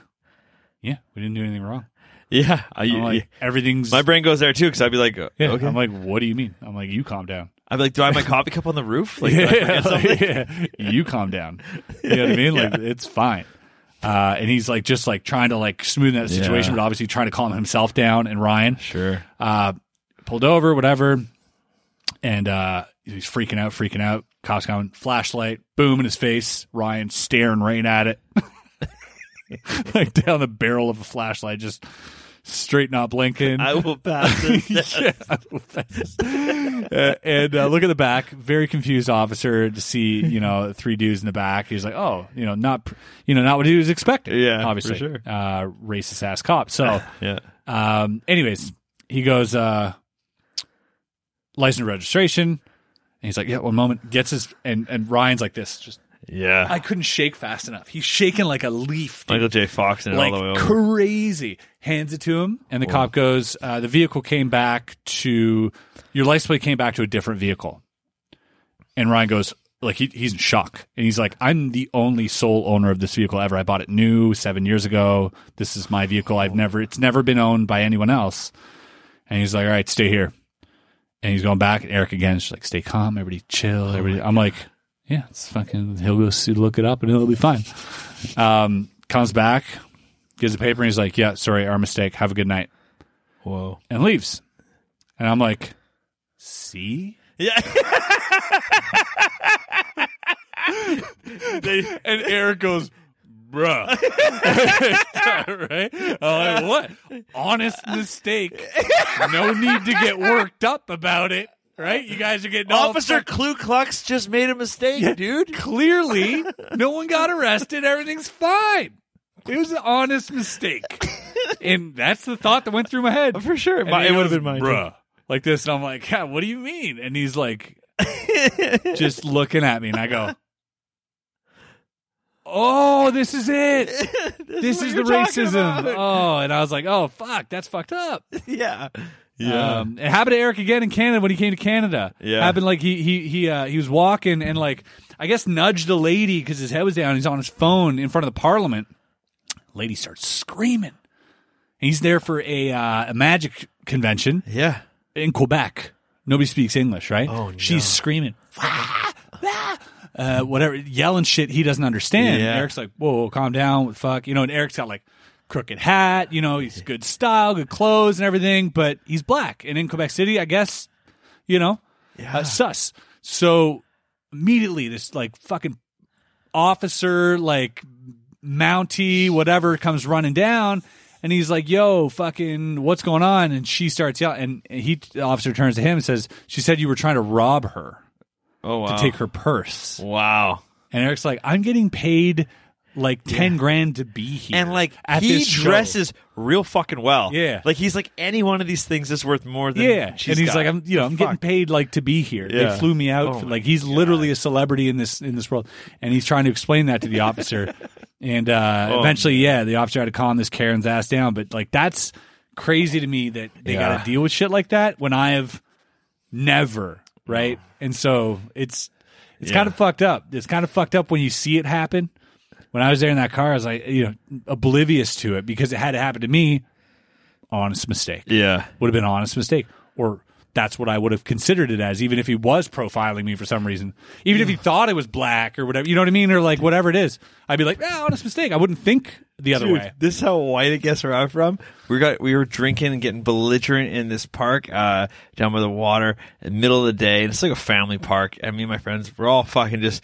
"Yeah, we didn't do anything wrong."
yeah. I-
I'm like, "Everything's."
my brain goes there too because I'd be like, uh,
yeah.
okay.
I'm like, "What do you mean?" I'm like, "You calm down."
I'd be like, do I have my coffee cup on the roof? Like, did I
yeah,
forget something?
like, yeah. you calm down. You know what I mean? Like it's fine. Uh, and he's like just like trying to like smooth that situation,
Yeah.
but obviously trying to calm himself down. And Ryan
Sure.
uh, pulled over, whatever, and uh, he's freaking out, freaking out. Cops coming, flashlight, boom in his face. Ryan staring right at it, like down the barrel of a flashlight, just straight not blinking.
I will pass this.
Yeah. Uh, and uh, look at the back. Very confused officer to see you know three dudes in the back. He's like, oh, you know, not pr- you know, not what he was expecting.
Yeah, for
obviously,
sure.
uh, racist ass cop. So,
yeah.
um, anyways, he goes, uh, license and registration. And he's like, yeah, one moment. Gets his and and Ryan's like this. Just
Yeah.
I couldn't shake fast enough. He's shaking like a leaf. dude
Michael J. Fox and
like
all the way over.
crazy. Hands it to him, and the cop goes, uh, "The vehicle came back to your license plate came back to a different vehicle." And Ryan goes, like he, he's in shock, and he's like, "I'm the only sole owner of this vehicle ever. I bought it new seven years ago. This is my vehicle. I've never it's never been owned by anyone else." And he's like, "All right, stay here." And he's going back. And Eric again, is just like, "Stay calm, everybody,
Oh
chill, everybody." I'm like, "Yeah, it's fucking. He'll go see, look it up, and it'll be fine." Um, comes back, gives the paper and he's like, "Yeah, sorry, our mistake. Have a good night,"
Whoa.
and leaves. And I'm like, "See?"
Yeah.
And Eric goes, "Bruh." right? I'm like, "What? Honest mistake. No need to get worked up about it." right? You guys are getting all
Officer Ku Klux just made a mistake, dude.
clearly no one got arrested everything's fine it was an honest mistake and that's the thought that went through my head
Oh, For sure,
And
my-
he
it would have
goes,
been mine. too.
bruh like this and i'm like yeah, what do you mean and he's like just looking at me and i go oh this is it this
what
is the
you're talking
racism
about.
oh and i was like oh fuck that's fucked up
Yeah, Uh,
um, it happened to Eric again in Canada when he came to Canada.
Yeah.
happened like he he he uh, he was walking and like I guess nudged a lady because his head was down. He's on his phone in front of the Parliament. Lady starts screaming. He's there for a uh, a magic convention
yeah.
in Quebec. Nobody speaks English, right? Oh, She's screaming, "Wah! Wah!" uh, whatever, yelling shit he doesn't understand.
Yeah.
Eric's like, whoa, whoa, calm down, what the fuck, you know. And Eric's got like crooked hat, you know, he's good style, good clothes, and everything, but he's black, and in Quebec City, I guess, you know, uh, sus. So immediately, this like fucking officer, like Mountie, whatever, comes running down, and he's like, "Yo, fucking, what's going on?" And she starts yelling, and- and he, the officer, turns to him and says, "She said you were trying to rob her
Oh wow.
to take her purse."
wow.
And Eric's like, "I'm getting paid like ten grand to be here,
And like
at
he
this show."
dresses real fucking well.
Yeah.
Like he's like any one of these things is worth more than
Yeah,
she's
and he's
got.
like, I'm, you know, I'm getting
Fuck.
paid like to be here.
Yeah.
They flew me out.
Oh
for,
my
like he's literally a celebrity in this in this world, and he's trying to explain that to the officer. and uh,
Oh,
eventually, yeah, the officer had to calm this Karen's ass down. But like, that's crazy to me that they
Yeah.
got to deal with shit like that when I have never right. And so it's it's
Oh. Yeah.
kind of fucked up. It's kind of fucked up when you see it happen. When I was there in that car, I was like, you know, oblivious to it because it had to happen to me. Honest mistake
yeah,
would have been an honest mistake or that's what I would have considered it as, even if he was profiling me for some reason. Even if he thought it was black or whatever, you know what I mean? Or like whatever it is. I'd be like, ah, honest mistake. I wouldn't think the other
Dude,
way.
this is how white I guess where I'm from. We got we were drinking and getting belligerent in this park uh, down by the water in the middle of the day. And it's like a family park. And me and my friends we're all fucking just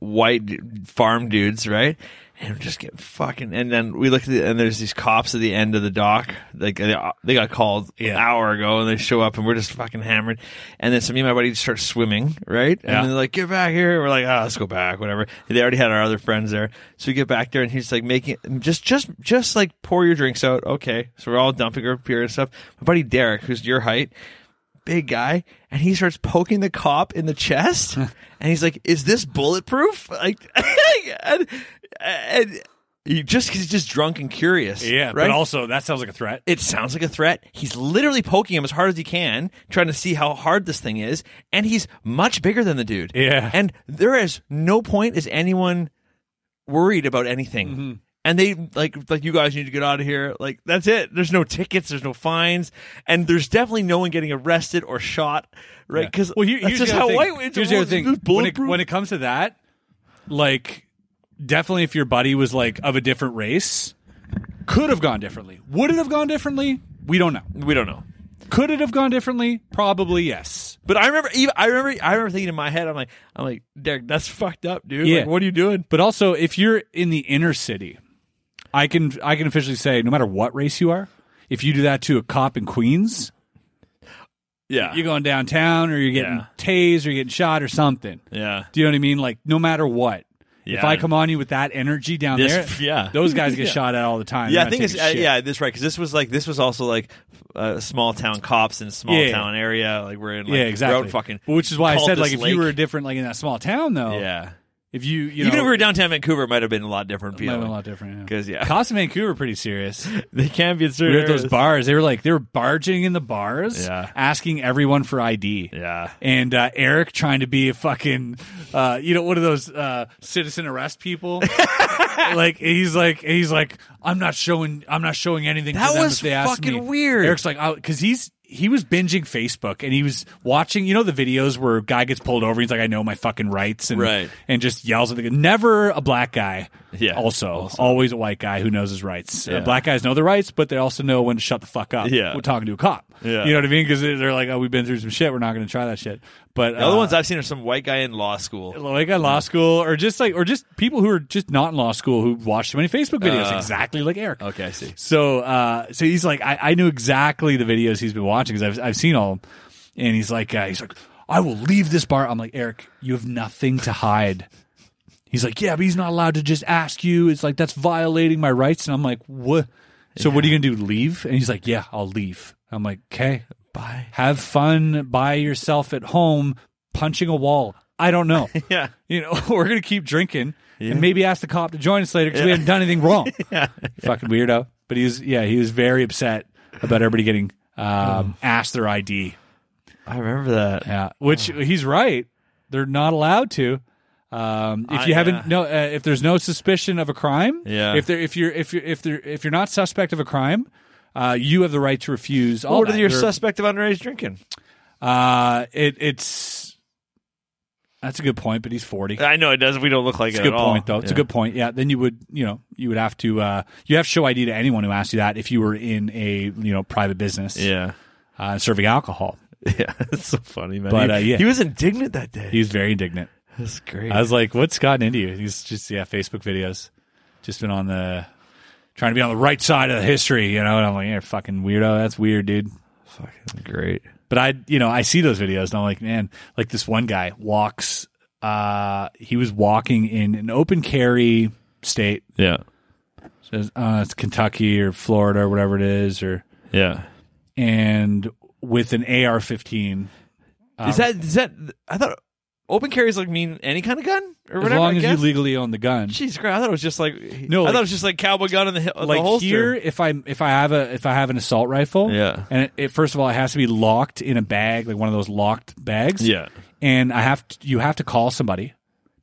white farm dudes, right? And we're just getting fucking. And then we look at the, and there's these cops at the end of the dock. Like they, they got called an
Yeah.
hour ago, and they show up, and we're just fucking hammered. And then so me and my buddy just start swimming, right?
Yeah.
And then they're like, get back here. We're like, ah, let's go back, whatever. They already had our other friends there. So we get back there and he's like making just just just like pour your drinks out. Okay. So we're all dumping our beer and stuff. My buddy Derek, who's your height, big guy, and he starts poking the cop in the chest. and he's like, Is this bulletproof? Like and, and he just he's just drunk and curious.
Yeah.
right?
But also, that sounds like a threat.
it sounds like a threat. He's literally poking him as hard as he can, trying to see how hard this thing is, and he's much bigger than the dude.
Yeah.
And there is no point is anyone worried about anything.
Mm-hmm.
And they like like you guys need to get out of here. Like that's it. There's no tickets. There's no fines, and there's definitely no one getting arrested or shot, right? Because
well, here-
that's
here's
just
the other
how
thing.
white. it's
Here's the other
all-
thing.
it's
When it,
bulletproof.
when it comes to that, like, definitely if your buddy was like of a different race, could have gone differently. Would it have gone differently? We don't know.
we don't know.
Could it have gone differently? Probably yes.
But I remember, even, I remember, I remember thinking in my head, I'm like, I'm like, Derek, that's fucked up, dude.
Yeah.
Like, what are you doing?
But also, if you're in the inner city, I can I can officially say, no matter what race you are, if you do that to a cop in Queens,
Yeah,
you're going downtown or you're getting
Yeah.
tased or you're getting shot or something.
yeah.
Do you know what I mean? Like, no matter what. If
Yeah.
I come on you with that energy down
This-
there,
yeah.
those guys get
Yeah.
shot at all the time. They're
Yeah, I
not
think it's
taking
uh,
shit.
yeah. This right because this was like this was also like uh, small town cops in small
Yeah.
town area. Like we're in like
yeah, exactly.
we're out fucking
Which is why I said,
Cultus
like, if
Lake.
you were different, like in that small town, though,
yeah.
if you, you
Even
know,
if we were downtown Vancouver, it might have been a lot different.
might have been
feeling.
a lot different. yeah.
'Cause, yeah.
cops in Vancouver are pretty serious.
They can be in
we
certain
were at those
areas.
bars. They were like they were barging in the bars,
Yeah.
asking everyone for ID.
Yeah.
And uh, Eric trying to be a fucking, uh, you know, one of those uh, citizen arrest people. like he's like he's like I'm not showing I'm not showing anything. to
That
them
was
if they ask
fucking
me."
weird.
Eric's like because he's he was binging Facebook and he was watching you know the videos where a guy gets pulled over. He's like I know my fucking rights and
Right.
and just yells at the never a black guy.
Yeah.
Also,
Also.
always a white guy who knows his rights. Uh,
Yeah.
black guys know their rights, but they also know when to shut the fuck up.
Yeah.
When talking to a cop.
Yeah.
You know what I mean? Because they're like, oh, we've been through some shit. We're not going to try that shit. But uh,
The other ones I've seen are some white guy in law school.
like at law school, or just like, or just people who are just not in law school who watch too many Facebook videos,
Uh,
exactly like Eric.
Okay, I see.
So, uh, so he's like, I, I knew exactly the videos he's been watching because I've, I've seen all, of 'em. and he's like, uh, he's like, I will leave this bar. I'm like, Eric, you have nothing to hide. He's like, yeah, but he's not allowed to just ask you. It's like, that's violating my rights. And I'm like, what? So what are you going to do? Leave? And he's like, yeah, I'll leave. I'm like, okay,
Bye.
have fun by yourself at home punching a wall. I don't know.
Yeah.
You know, we're going to keep drinking and maybe ask the cop to join us later because we haven't done anything wrong. Fucking weirdo. But he was, yeah, he was very upset about everybody getting
Oh.
um, asked their ID.
I remember that.
Yeah, which
Oh.
he's right. They're not allowed to. Um, if
I-
you haven't
yeah.
no, uh, if there's no suspicion of a crime,
Yeah.
If there, if you're, if you're, if there, if you're not suspect of a crime, uh, you have the right to refuse. All
What
that.
are your
There-
suspect of underage drinking?
Uh, it, it's that's a good point, but he's forty.
I know it does. We don't look like
It's a
it
good
at all.
point, though. It's a
Yeah.
good point. Yeah. Then you would, you know, you would have to, uh, you have to show ID to anyone who asks you that if you were in a, you know, private business,
Yeah.
uh, serving alcohol.
Yeah, that's so funny, man.
But,
He-
uh, yeah.
he was indignant that day.
He was very indignant.
that's great.
I was like, what's gotten into you? He's just, yeah, Facebook videos. Just been on the, trying to be on the right side of the history, you know? And I'm like, yeah, fucking weirdo. That's weird, dude.
fucking great.
But I, you know, I see those videos and I'm like, man, like this one guy walks, uh, he was walking in an open carry state.
Yeah,
Says, uh, it's Kentucky or Florida or whatever it is, or,
yeah.
and with an AR 15, Um,
is that is that? I thought open carries like mean any kind of gun or
as
whatever.
long
I
as
guess?
you legally own the gun.
Jeez, Christ, I thought it was just like
No,
I
like-
thought it was just like cowboy gun in the, hi- the
like
holster.
here if i if i have a if i have an assault rifle
Yeah.
and it, it first of all it has to be locked in a bag like one of those locked bags
Yeah.
and i have to, you have to call somebody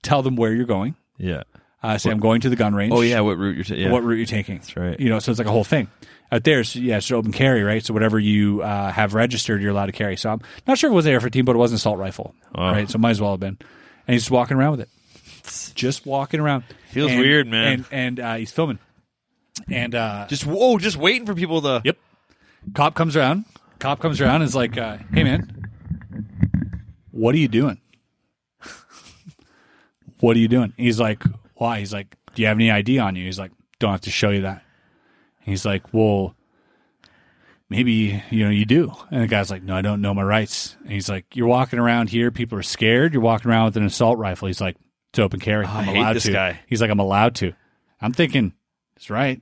tell them where you're going
yeah.
uh, say i'm going to the gun range
Oh yeah, what route you're taking? Yeah.
what route you're taking that's
right.
you know so it's like a whole thing out there so yeah it's open carry right so whatever you uh, have registered you're allowed to carry so i'm not sure if it was ar-15 but it was an assault rifle right so it might as well have been and he's just walking around with it just walking around
Feels
And-
weird, man.
and and uh, he's filming and uh,
Just whoa, just waiting for people to.
Yep. Cop comes around. Cop comes around and is like, uh, "Hey, man, what are you doing? what are you doing?" He's like, "Why?" He's like, "Do you have any ID on you?" He's like, "Don't have to show you that." He's like, "Well, maybe you know you do." And the guy's like, "No, I don't know my rights." And he's like, "You're walking around here. People are scared. You're walking around with an assault rifle." He's like, "It's open carry. I'm
Oh, hate
allowed
this
to."
guy.
He's like, "I'm allowed to." I'm thinking, "It's right."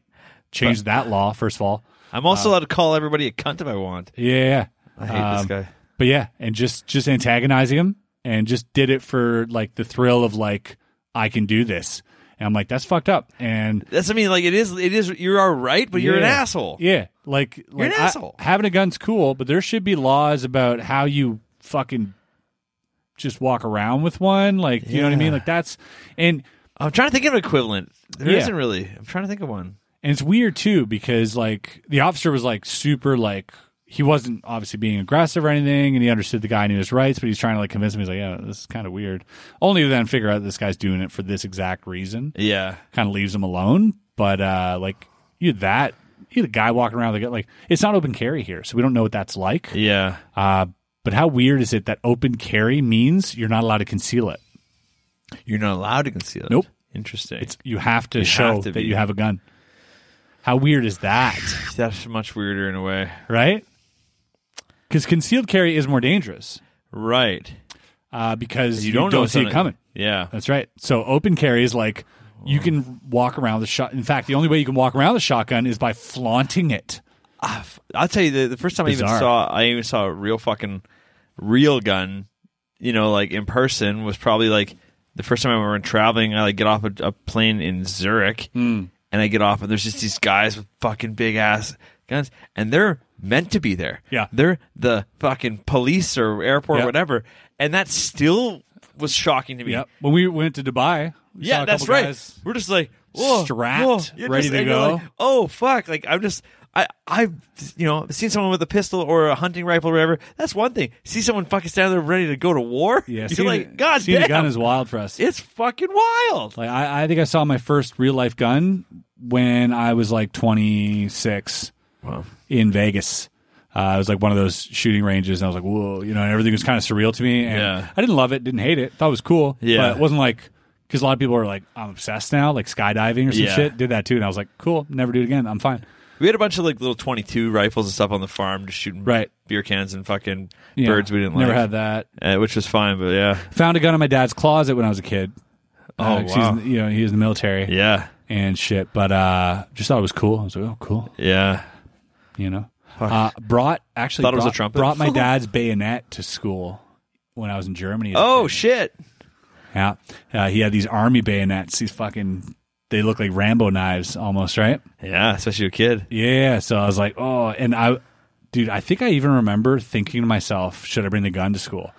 Change that law first of all.
I'm also
Um,
allowed to call everybody a cunt if I want.
Yeah.
I hate
um,
this guy.
But yeah, and just just antagonizing him and just did it for like the thrill of like I can do this. And I'm like that's fucked up. And
That's I mean, like it is. It is. You are right, but you're an
Yeah.
asshole.
Yeah, like, like
an
I-
asshole.
having a gun's cool, but there should be laws about how you fucking just walk around with one. Like, you know what I mean?
Yeah.
Like that's and
I'm trying to think of an equivalent. There
Yeah.
not really. I'm trying to think of one.
And it's weird too because like the officer was like super like he wasn't obviously being aggressive or anything, and he understood the guy knew his rights, but he's trying to like convince him. He's like, "Yeah, this is kind of weird." Only to then figure out this guy's doing it for this exact reason.
Yeah.
Kind of leaves him alone, but uh like you had that you had a guy walking around with a gun. Like it's not open carry here, so we don't know what that's like.
Yeah.
Uh, but how weird is it that open carry means you're not allowed to conceal it?
You're not allowed to conceal it.
Nope.
Interesting.
It's you have to
have
show
to
that
be.
you have a gun. How weird is that?
that's much weirder in a way.
right? Because concealed carry is more dangerous
Right.
uh, because you,
don't
don't,
know
see it
something.
coming.
Yeah.
That's right. So open carry is like you can walk around the shot. In fact, the only way you can walk around the shotgun is by flaunting it.
I'll tell you the, the first time I even
Bizarre.
saw I even saw a real fucking real gun, you know, like in person was probably like the first time I remember traveling. I like get off a, a plane in Zurich,
Hmm.
and I get off, and there's just these guys with fucking big ass guns, and they're meant to be there.
Yeah.
they're the fucking police or airport
Yeah.
or whatever, and that still was shocking to me.
Yep. When we went to Dubai, we saw
Yeah,
a
that's
couple
right.
guys-
We're just like whoa,
Strapped,
whoa.
ready to
and you're
go.
like, oh fuck! Like I'm just I I've you know seen someone with a pistol or a hunting rifle or whatever. That's one thing. See someone fucking standing there ready to go to war.
Yeah,
you're
seeing
like
a-
God
seeing
damn,
a gun is wild for us.
it's fucking wild.
like I, I think I saw my first real life gun when I was like 26 in Vegas. Uh, it was like one of those shooting ranges, and I was like, "Whoa!" You know, and everything was kind of surreal to me. And
Yeah.
I didn't love it, didn't hate it, thought it was cool.
Yeah.
but it wasn't like because a lot of people are like, "I'm obsessed now," like skydiving or some
Yeah.
shit. Did that too, and I was like, "Cool, never do it again. I'm fine."
We had a bunch of like little 22 rifles and stuff on the farm, just shooting
Right.
beer cans and fucking
Yeah.
birds we didn't
Never
like,
had that.
Uh, which was fine. But yeah,
Found a gun in my dad's closet when I was a kid.
Oh,
Uh, 'cause
wow.
he's in- you know, he was in the military
yeah,
and shit. But uh, just thought it was cool. I was like, oh, cool.
yeah.
you know. Uh, brought actually
Thought it
brought,
was a trumpet.
brought my dad's bayonet to school when I was in Germany.
Oh shit!
yeah, uh, he had these army bayonets. These fucking they look like Rambo knives almost, right?
Yeah, especially a kid.
Yeah. So I was like, oh, and I, dude, I think I even remember thinking to myself, should I bring the gun to school?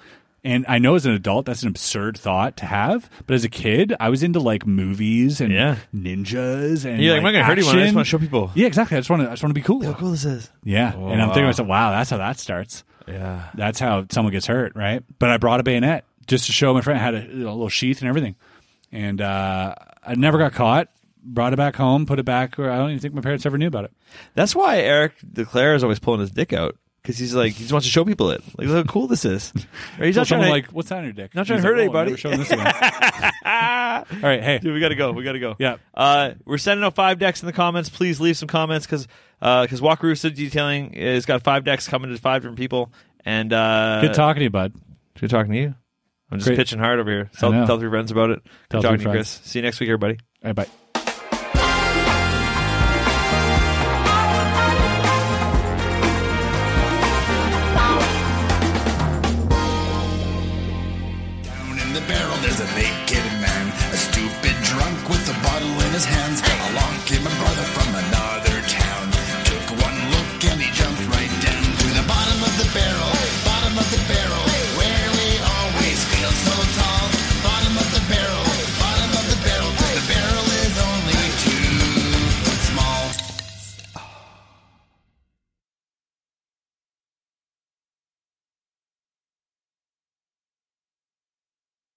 And I know as an adult that's an absurd thought to have, but as a kid, I was into like movies and
Yeah.
ninjas and
You're like, I'm not gonna hurt anyone. I just
action.
wanna show people.
Yeah, exactly. I just want to. I just want to be cool.
cool this is.
Yeah. and I'm thinking to myself, wow, that's how that starts.
Yeah.
That's how someone gets hurt, right? But I brought a bayonet just to show my friend I had a, you know, little sheath and everything. And uh, I never got caught. Brought it back home, put it back. Or I don't even think my parents ever knew about it.
That's why Eric Declare is always pulling his dick out because he's like he just wants to show people it. Like look how cool this is. Or he's
So
not trying
someone
to
like, what's that on your dick?
Not
And
trying to
he's
hurt
like,
anybody."
"Oh, I've never shown this again." All right, hey,
Dude, we gotta go. We gotta go.
Yeah.
Uh, we're sending out five decks in the comments. Please leave some comments because because Walkeroo City Detailing has got five decks coming to five different people. And uh,
good talking to you, bud.
Good talking to you. I'm just
Great.
pitching hard over here. Tell,
know.
tell three friends about it.
Tell
Good talking
three
to you, Chris.
friends.
See you next week, everybody.
All right, bye.